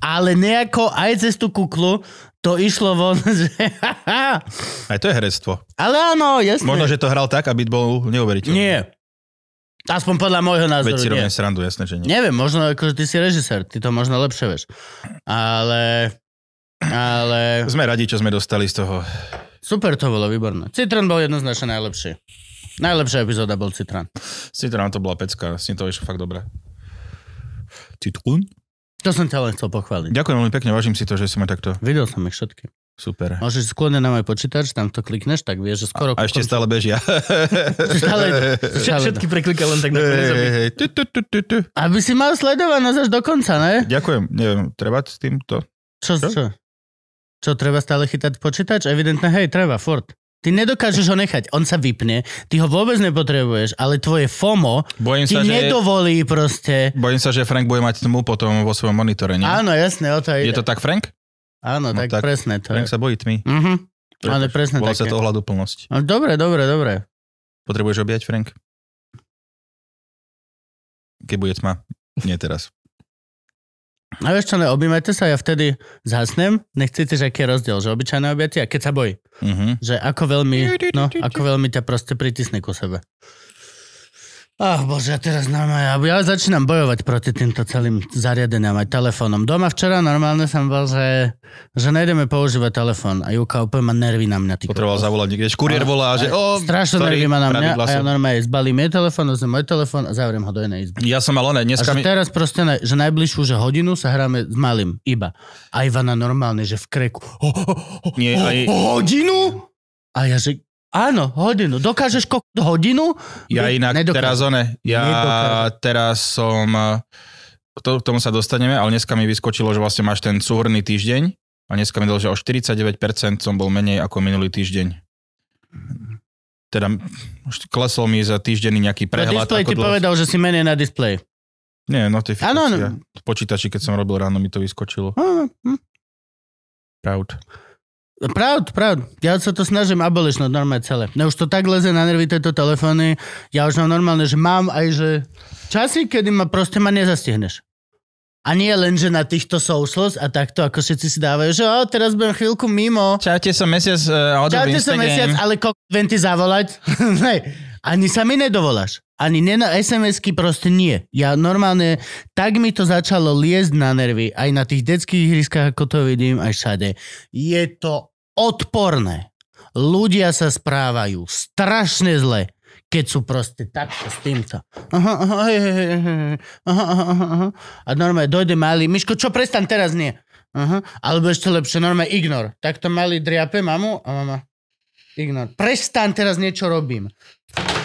Ale nejako aj cez tú kuklu to išlo von, [LAUGHS] že...
Aj to je herectvo.
Ale áno, jasne.
Možno, že to hral tak, aby bol neuveriteľný.
Nie. Aspoň podľa môjho
Veď
názoru,
si
nie.
robím srandu, jasné, že nie.
Neviem, možno akože ty si režisér, ty to možno lepšie vieš. Ale... Ale
Sme radi, čo sme dostali z toho.
super to bolo, výborné. Citron bol jednoznačne najlepší. Najlepšia epizóda bol Citron.
Citrón to bola pecka, s ním to išlo fakt dobre. Citrón?
To som ťa len chcel pochváliť.
Ďakujem veľmi pekne, vážim si to, že si ma takto...
Videl som ich všetky.
Super.
Môžeš skloneť na môj počítač, tam to klikneš, tak vieš, že skoro...
A ešte stále bežia. [LAUGHS]
Stále idú.
Vš-
Stále idú.
Všetky preklikal len tak na
Hej, hej,
konec.
hej. Tu, tu, tu, tu, tu.
Aby si mal sledovanosť až do konca, ne?
Ďakujem, neviem, treba s týmto?
Čo,
Čo?
čo? Čo, treba stále chytať počítač? Evidentne, hej, treba, furt. Ty nedokážeš ho nechať, on sa vypne, ty ho vôbec nepotrebuješ, ale tvoje FOMO
Bojím
ti
sa, že...
nedovolí proste.
Bojím sa, že Frank bude mať tmu potom vo svojom monitore, nie?
Áno, jasne, o to ide.
Je to tak, Frank?
Áno,
No
tak,
tak,
presne to je.
Frank sa bojí
[LAUGHS]
tmy.
Mhm. Ale presne
Volá sa
také.
to ohľaduplnosť.
No, Dobre, dobre, dobre.
Potrebuješ objať, Frank? Keď bude tma. Nie teraz.
A vieš čo, ne, objímajte sa, ja vtedy zhasnem, nech cítiš, aký je rozdiel, že obyčajné objatie a keď sa bojí,
Mhm.
že ako veľmi, no, ako veľmi ťa proste pritisne ku sebe. Ach bože, ja teraz normálne, ja, ja začínam bojovať proti týmto celým zariadeniam aj telefónom. Doma včera normálne som bol, že, že nejdeme používať telefón a Juka úplne má nervy na mňa. Ty
Potreboval zavolať niekde. že Kuriér volá, že... O,
Strašne
sorry,
nervy má na mňa
pravidlá
a ja
sú-
normálne zbalím jej telefón, vezmem môj telefón a zavriem ho do inej izby.
Ja som mal oné,
A
dneska
že
mi...
teraz proste, na, že najbližšiu že hodinu sa hráme s malým, iba. A Ivana normálne, že v kreku. Ho, ho, ho,
Nie,
ho,
aj-
ho, hodinu? A ja že, áno, hodinu. Dokážeš ko- hodinu?
Ja
Ne-
inak
nedokážem.
teraz one, ja
Nedokážem.
teraz som, eh, to, k tomu sa dostaneme, ale dneska mi vyskočilo, že vlastne máš ten súhrný týždeň a dneska mi dal, že o 49% som bol menej ako minulý týždeň. Teda už klesol mi za týždenný nejaký
Prehľad, no
prehľad.
display
ako
ti
dlho-
povedal, že si menej na displeji.
Nie, notifikácia.
Áno, áno.
V počítači, keď som robil ráno, mi to vyskočilo.
Áno, hm.
Proud.
Pravd, pravd. Ja sa to snažím abolišnúť normálne celé. No už to tak leze na nervy tieto telefóny. Ja už mám normálne, že mám aj, že časy, kedy ma proste ma nezastihneš. A nie len, že na týchto socials a takto, ako všetci si dávajú, že o, teraz budem chvíľku mimo.
Čaute som mesiac uh,
Čaute sa mesiac, ale ko... viem ti zavolať. [LAUGHS] ne, ani sa mi nedovoláš. Ani ne na SMS-ky proste nie. Ja normálne, tak mi to začalo liezť na nervy. Aj na tých detských ihriskách, ako to vidím, aj všade. Je to odporné. Ľudia sa správajú strašne zle, keď sú proste takto s týmto. Aha, aha, hej, hej, hej, hej. aha, aha, aha, aha. A normálne dojde malý, Miško, čo prestan teraz nie? Aha. Alebo ešte lepšie, normálne ignor. Takto malý driape mamu a mama. Ignor. Prestaň, teraz niečo robím.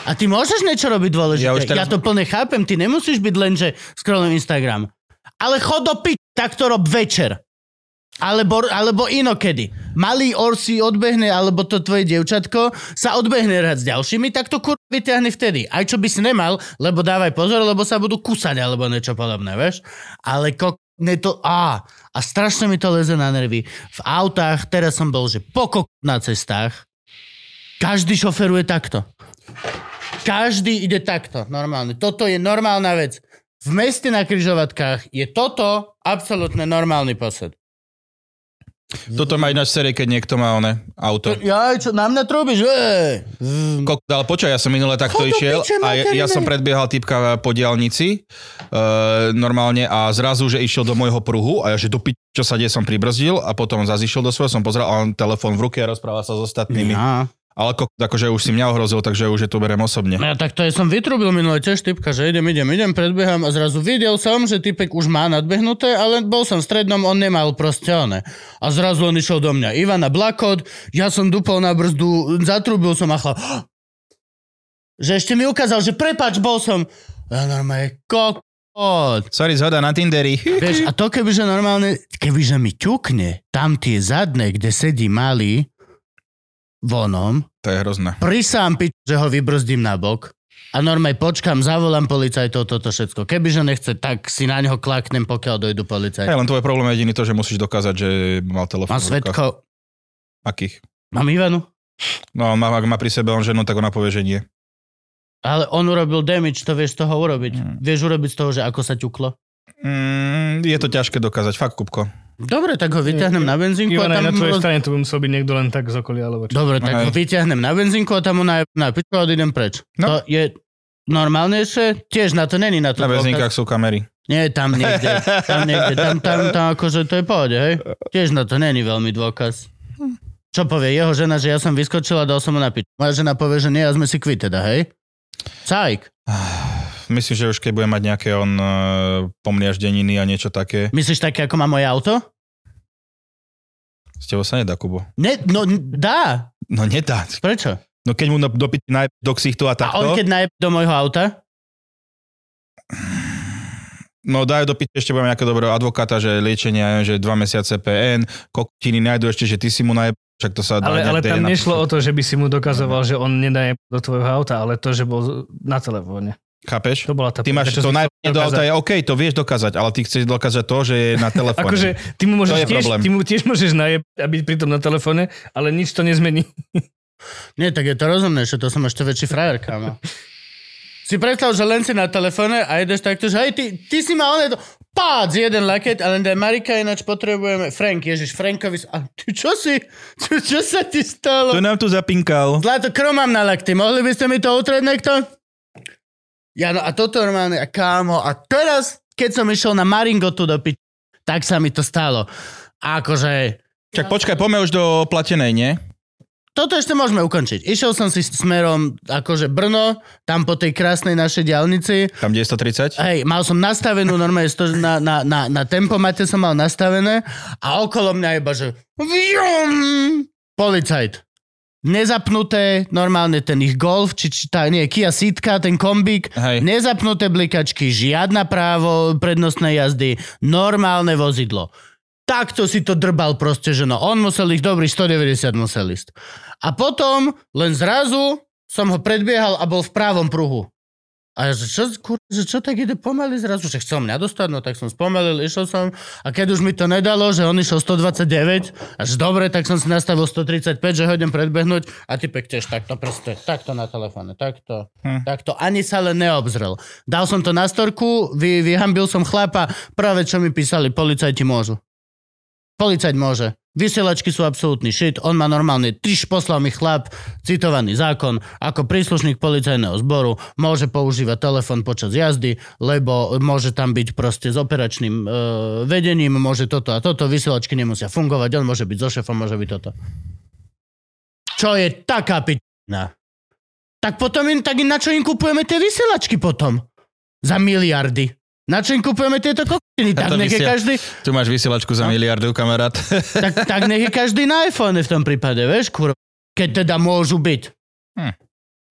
A ty môžeš niečo robiť dôležité. Ja,
Ja už
ja
teraz-
to plne chápem, ty nemusíš byť len, že scrollujem Instagram. Ale chod do pi... tak to rob večer. Alebo, alebo inokedy. Malý orsi odbehne, alebo to tvoje dievčatko sa odbehne hrať s ďalšími, tak to kur vyťahne vtedy. Aj čo by si nemal, lebo dávaj pozor, lebo sa budú kusať, alebo niečo podobné, vieš? Ale ko... Ne to, á, a strašne mi to leze na nervy. V autách, teraz som bol, že pokok na cestách, každý šoferuje takto. Každý ide takto, normálne. Toto je normálna vec. V meste na kryžovatkách je toto absolútne normálny posed.
Toto má ináč série, keď niekto má one, auto.
Ja, čo, na mňa trúbiš? Ej.
Kok, ale počkaj, ja som minule takto
Chodu
išiel
piče,
a ja,
materine.
ja som predbiehal typka eh, po diálnici uh, normálne a zrazu, že išiel do môjho pruhu a ja, že do pič, čo sa deje, som pribrzdil a potom zase išiel do svojho, som pozrel a on telefón v ruke a rozprával sa s ostatnými. Ja.
Ja.
Ale kok, akože už si mňa ohrozil, takže už je to berem osobne.
ja tak to je, som vytrúbil minulé tiež typka, že idem, idem, idem, predbieham a zrazu videl som, že typek už má nadbehnuté, ale bol som v strednom, on nemal proste one. A zrazu on išiel do mňa. Ivana Blakot, ja som dupol na brzdu, zatrúbil som a chlap. Že ešte mi ukázal, že prepač, bol som. Ja normálne, kokot.
Sorry, zhoda na Tinderi.
Vieš, a to kebyže normálne, kebyže mi ťukne tam tie zadné, kde sedí malý vonom,
To je hrozné.
prisám pič, že ho vybrzdím na bok a normálne počkam, zavolám policajtov, toto všetko. Kebyže nechce, tak si na neho klaknem, pokiaľ dojdu
Hej,
policajti.
len tvoj problém je jediný to, že musíš dokázať, že mal
Mám
telefón. v rukách.
svetko,
Akých?
mám Ivanu,
No, on má, ak má pri sebe on ženu, tak ona povie, že nie.
ale on urobil damage, to vieš z toho urobiť.
Mm.
Vieš urobiť z toho, že ako sa ťuklo.
Mm, je to ťažké dokázať, fakt, Kupko.
Dobre, tak ho vyťahnem na benzínku a
Ivana,
tam...
na tvojej
roz-
strane to by musel byť niekto len tak z okolia, alebo čo?
Dobre, tak
Hej.
ho vyťahnem na benzínku a tam ho na, na pičku a odídem preč.
No.
To je normálnejšie? Tiež na to není na to.
Na
dôkaz.
väzníkach sú kamery.
Nie, tam
[LAUGHS]
niekde. Tam niekde. Tam, tam, tam akože to je v pohode, hej? Tiež na to není veľmi dôkaz. Čo povie jeho žena, že ja som vyskočila a dal som mu na pič. Moja žena povie, že nie, a sme si kvit teda, hej? Cajk.
Ah, Myslím, že už keď bude mať nejaké on uh, pomliaždeniny a niečo také,
Myslíš také, ako má moje auto?
z teba sa nedá, Kubo.
Ne, no n- dá.
No nedá.
Prečo?
No keď mu do, do piči najeb do ksichtu a
A on
takto,
keď najeb do môjho auta?
no dajú do piči, ešte budem nejakého dobrého advokáta, že liečenie, ja neviem, že dva mesiace PN, kokotiny nájdu ešte, že ty si mu najeb, však to sa dá.
Ale,
nejak
ale
to je
tam
na-
nešlo o to, že by si mu dokazoval, že on nedaje do tvojho auta, ale to, že bol na telefóne.
Chápeš?
To bola tá
Ty máš
čo som
to najeb
chcel
do auta,
dokázať.
je OK, to vieš dokázať, ale ty chceš dokázať to, že je na telefóne.
Akože ty mu,
To
môžeš
je
tiež,
problém.
ty mu tiež môžeš najeb a byť pritom na telefóne, ale nič to nezmení.
Nie, tak je to rozumné, že to som ešte väčší frajer, kámo. Si predstav, že len si na telefóne a ideš takto, že hej, ty, ty si ma oné to... Pác, jeden laket, ale daj Marika, ináč potrebujeme... Frank, ježiš, Frankovi... s- A ty čo si? [LAUGHS] Čo, čo sa ti stalo?
To nám tu zapinkal.
Zlato, kromám na lakty, mohli by ste mi to utrieť niekto? Ja no a toto normálne, a kámo, a teraz, keď som išiel na Maringotu do pič, tak sa mi to stalo. A akože,
Čak počkaj, poďme už do platenej, nie?
toto ešte môžeme ukončiť. Išiel som si smerom, akože Brno, tam po tej krásnej našej diálnici,
Tam, kde je 130?
Hej, mal som nastavenú normálne, sto, na, na, na, na tempomate som mal nastavené a okolo mňa iba, že vjum, policajt. Nezapnuté, normálne ten ich golf, či, či tá, nie, Kia Sitka, ten kombík,
Hej.
nezapnuté blikačky, žiadna právo prednostnej jazdy, normálne vozidlo. Takto si to drbal proste, že no, on musel ísť, dobrý, 190 musel ísť. A potom, len zrazu, som ho predbiehal a bol v právom pruhu. A ja, že čo, kur, že čo tak ide pomaly zrazu, že chcel mňa dostať, no tak som spomalil, išiel som a keď už mi to nedalo, že on išiel 129, až dobre, tak som si nastavil 135, že ho idem predbehnúť a typek tiež takto prste, takto na telefóne, takto,
Hm.
takto, ani sa len neobzrel. Dal som to na storku, vy, vyhambil som chlapa, práve čo mi písali, policajti môžu. Policajt môže. Vysielačky sú absolútny shit, on má normálne tyš poslal mi chlap, citovaný zákon, ako príslušník policajného zboru môže používať telefon počas jazdy, lebo môže tam byť proste s operačným e, vedením, môže toto a toto, vysielačky nemusia fungovať, on môže byť so šefom, môže byť toto. Čo je taká pičina? Tak potom im, tak im na čo im kupujeme tie vysielačky potom? Za miliardy. Na čo im kupujeme tieto kokotiny?
A
Tak
to
nech je
vysiel-
každý...
Tu No. máš vysielačku za miliardu, kamarát.
Tak, tak nech je každý na iPhone v tom prípade, vieš, kurva. Keď teda môžu byť.
Hm.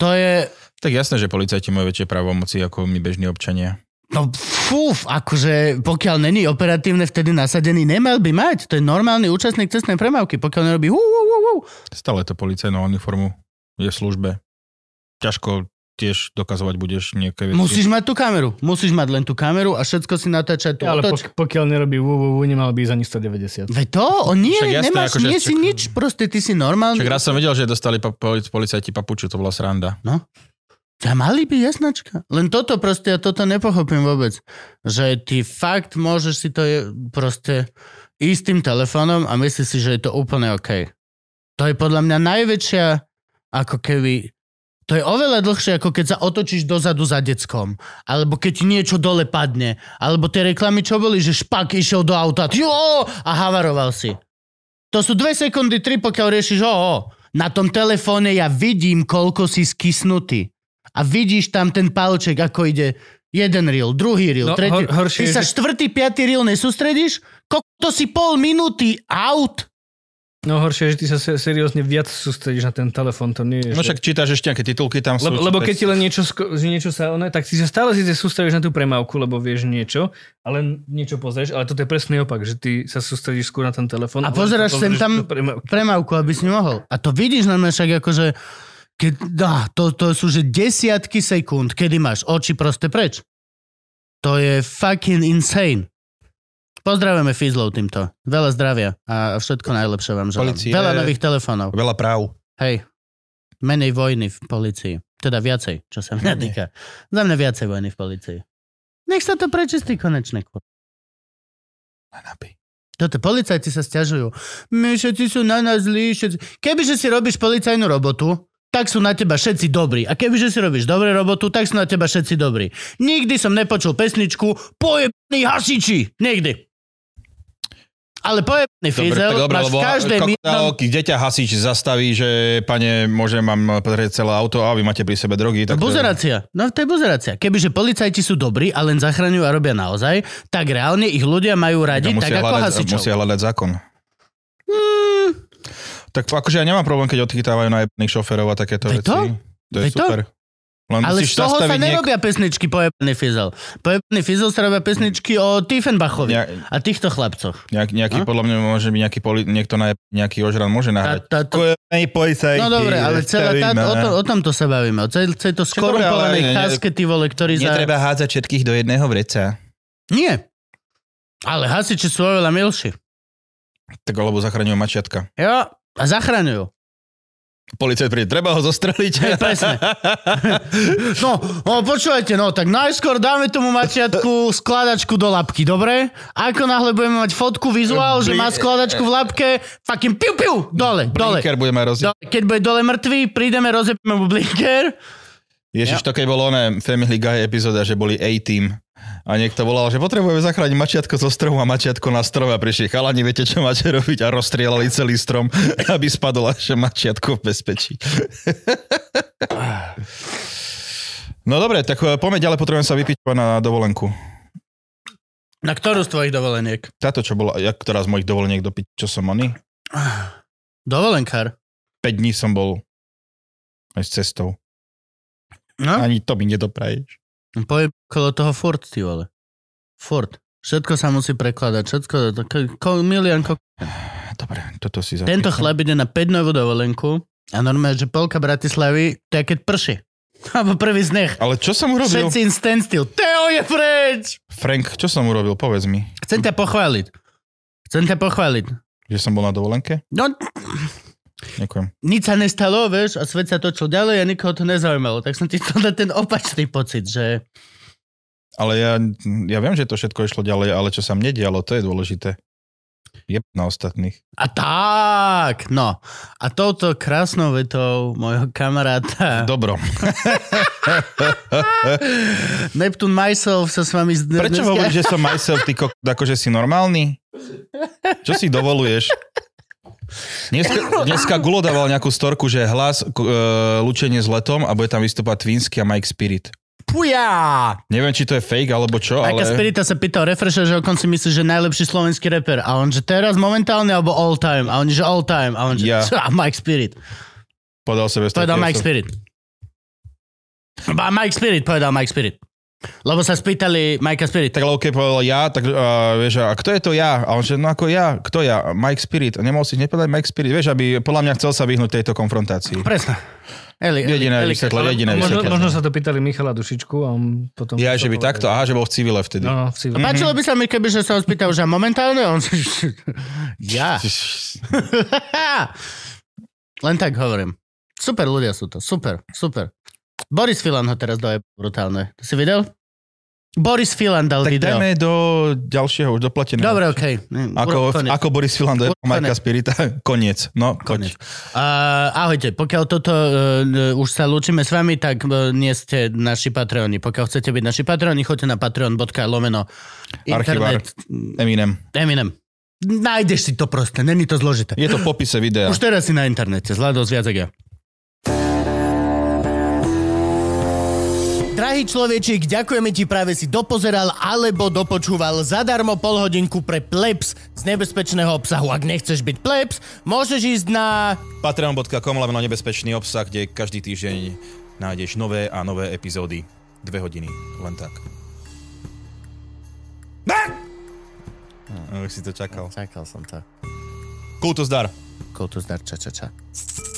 To je...
[LAUGHS] Tak jasné, že policajti majú väčšie právomoci ako my bežní občania.
No fúf, akože pokiaľ není operatívne vtedy nasadený, nemal by mať. To je normálny účastník cestnej premávky, pokiaľ nerobí hú, hú, hú, hú.
Stále to policajnú uniformu je v službe. Ťažko tiež dokazovať budeš nejaké veci.
Musíš mať tú kameru. Musíš mať len tú kameru a všetko si natáčať tú
Ale
otočku.
pok- pokiaľ nerobí www, nemal by ísť ani 190.
Veď to, on nie,
Však jasné,
nemáš,
akože
nie si
však-
nič, proste ty si normálny.
Však raz som vedel, že dostali pa- poli- policajti papuču, to bola sranda.
A mali by jasnačka. Len toto proste, ja toto nepochopím vôbec. Že ty fakt môžeš si to je, proste ísť tým telefónom a myslíš si, že je to úplne OK. To je podľa mňa najväčšia, ako keby... To je oveľa dlhšie, ako keď sa otočíš dozadu za deckom. Alebo keď ti niečo dole padne. Alebo tie reklamy, čo boli, že špak išiel do auta. Jo! A havaroval si. To sú dve sekundy, tri, pokiaľ riešiš o, o. Na tom telefóne ja vidím, koľko si skysnutý. A vidíš tam ten palček, ako ide jeden reel, druhý reel,
No,
tretí.
hor-
Ty
horšie je,
sa
že-
štvrtý, piatý reel nesústredíš? Ko- to si pol minúty out.
No horšie, je, že ty sa se- seriózne viac sústredíš na ten telefón, to nie je.
No
že-
však čítaš ešte nejaké titulky tam sú.
lebo,
čo
lebo
to je-
keď ti len niečo, sko- že niečo sa ono, tak si sa stále síce sústredíš na tú premávku, lebo vieš niečo, ale niečo pozrieš, ale toto je presný opak, že ty sa sústredíš skôr na ten telefón.
A
ale
pozeráš
to
sem
pozrieš
tam-
do premávky.
Premávku, aby si mohol. A to vidíš na mňa však akože... Keď, dá, to, to sú že desiatky sekúnd, kedy máš oči proste preč. To je fucking insane. Pozdravujeme Fizlov týmto. Veľa zdravia a všetko najlepšie vám želám.
Policie.
Veľa nových telefónov.
[LAUGHS] Veľa práv.
Hej, menej vojny v policii. Teda viacej, čo sa mňa týka. Za mňa viacej vojny v policii. Nech sa to prečistí konečne, kur. Toto policajti sa stiažujú. My všetci sú na nás zlí, všetci... Kebyže si robíš policajnú robotu, tak sú na teba všetci dobrí. A kebyže si robíš dobrú robotu, tak sú na teba všetci dobrí. Nikdy som nepočul pesničku Pojebný hasiči. Nikdy. Ale pojebný fizel
tak
máš v
lebo
každej
kokotál,
jednom...
keď deťa hasič zastaví, že pane, môžem vám pozrieť celé auto a vy máte pri sebe drogy.
Tak
Tak eh.
buzerácia. No to je buzerácia. Kebyže policajti sú dobrí a len zachraňujú a robia naozaj, tak reálne ich ľudia majú radi
musia,
tak ako
hľadať,
hasičov. Hmm.
musia hľadať zákon. Tak akože ja nemám problém, keď odchytávajú najebných šoferov a takéto
Veď
veci.
to?
To je
Veď to?
super. Len
Ale
musíš
z toho sa
zastaviť niek-
nerobia pesničky pojebaný fizel. Pojebaný fizel sa robia pesničky o Tiefenbachovi
Ja-
a týchto chlapcoch.
Nejak,
Hm?
nejaký, podľa mňa môže byť nejaký, poli, niekto na, nejaký ožran môže
Tá,
nahrať.
tá, tá,
policajti,
no dobre, ale celá tá, o, to, o tomto sa bavíme. O celej to
dobre, ale
skorumpovanej
ne-
chaske, ty vole, ktorý za...
hádzať všetkých do jedného vreca.
Nie. Ale hasiči sú oveľa milší.
Tak alebo zachraňujú mačiatka.
Jo, a zachraňujú.
Policajt príde, treba ho zostreliť.
Hej,
[LAUGHS]
presne. No, no, počúvajte, no, tak najskôr dáme tomu mačiatku skladačku do lapky, dobre? Ako náhle budeme mať fotku, vizuál, že má skladačku v lapke, fucking piu, piu, dole, dole.
Blinker budeme rozdiel.
Dole. Keď bude dole mŕtvý, prídeme, rozebíme mu blinker.
Ježiš, to keď bolo oné Family Guy epizóda, že boli A-team a niekto volal, že potrebujeme zachrániť mačiatko zo stromu a mačiatko na strome a prišli chalani, viete, čo máte robiť a rozstrielali celý strom, [LAUGHS] aby spadlo naše mačiatko v bezpečí. [LAUGHS] No dobre, tak e, poďme ďalej, potrebujem sa vypiť na dovolenku.
Na ktorú z tvojich dovoleniek?
Táto, čo bola, jak ktorá z mojich dovoleniek dopiť, čo som oný?
Dovolenkár.
5 dní som bol aj s cestou.
No,
Ani to mi nedopraješ.
pojeb okolo toho furt, ty vole. Furt. Všetko sa musí prekladať, všetko, ko- ko- milión ko-
Dobre, toto si zapíšem.
Tento chlap ide na 5 novú dovolenku a normálne, že polka Bratislavy, to je keď prší. [LAUGHS] Alebo prvý sneh.
Ale čo som urobil?
Všetci in standstill. Teo je preč!
Frank, čo som urobil? Povedz mi.
Chcem ťa pochváliť. Chcem ťa pochváliť.
Že som bol na dovolenke?
No,
Ďakujem.
nič sa nestalo, vieš, a svet sa točil ďalej a nikoho to nezaujímalo. Tak som ti to dal ten opačný pocit, že...
Ale ja, ja viem, že to všetko išlo ďalej, ale čo sa mne dialo, to je dôležité. Je na ostatných.
A tak, no. A touto krásnou vetou môjho kamaráta [LAUGHS]
Dobro.
Neptune Myself sa s vami... z-
Prečo
dneska-
hovoríš, že som myself, ty kok... akože si normálny? Čo si dovoluješ? Dneska, dneska Gulo dával nejakú storku, že hlas, k- e, lučenie s letom a bude tam vystúpať Twinsky a Mike Spirit.
Puja!
Neviem, či to je fake alebo čo,
Ale...
ale...
Aika Spirita sa pýtal refresher, že on si myslí, že najlepší slovenský reper. [LAUGHS] A on, že teraz momentálne, alebo all time. A on, že all time. A on, že
Ja.
ja. a Mike Spirit.
Podal sebe
Povedal Mike
Spears.
Spirit. Ba Mike Spirit, povedal Mike Spirit. Lebo sa spýtali Mike'a Spirit.
Tak lebo keď povedal ja, tak uh, vieš, a kto je to ja? A on že, no ako ja, kto ja? Mike Spirit. A nemohol si nepovedať Mike Spirit, vieš, aby podľa mňa chcel sa vyhnúť tejto konfrontácii.
Presne. Eli,
Jediné vysvetlo, jediné
Možno,
vysvetlo.
možno sa to pýtali Michala Dušičku a on potom...
Ja, že by takto, aha, že bol v civile vtedy.
No, no, v civile.
Páčilo by sa mi, keby že sa ho spýtal, že a momentálne on... [LAUGHS] ja. Len tak hovorím. Super ľudia sú to, super, super. Boris Filan ho teraz doje brutálne. To si videl? Boris Filan dal
Tak
video.
dajme do ďalšieho, už doplateného.
Dobre, okej. Hm,
Ako,
Konec.
ako Boris Filan do
Konec.
Marka Spirita. [LAUGHS] Koniec. No,
Konec.
koniec.
Uh, ahojte, pokiaľ toto uh, už sa lúčime s vami, tak uh, nie ste naši Patreoni. Pokiaľ chcete byť naši Patreoni, choďte na patreon.lomeno
Archivár.
internet
Eminem.
Eminem. Nájdeš si to proste, není to zložité.
Je to v popise videa.
Už teraz si na internete, zľadosť viac ako ja. Drahý človečik, ďakujeme ti, práve si dopozeral alebo dopočúval zadarmo pol hodinku pre plebs z nebezpečného obsahu. Ak nechceš byť plebs, môžeš ísť na...
Patreon.com lomeno nebezpečný obsah, kde každý týždeň nájdeš nové a nové epizódy. Dve hodiny. Len tak. Už si to čakal. Hm,
Čakal som to.
Kultus dar.
Kultus dar, ča, ča, ča.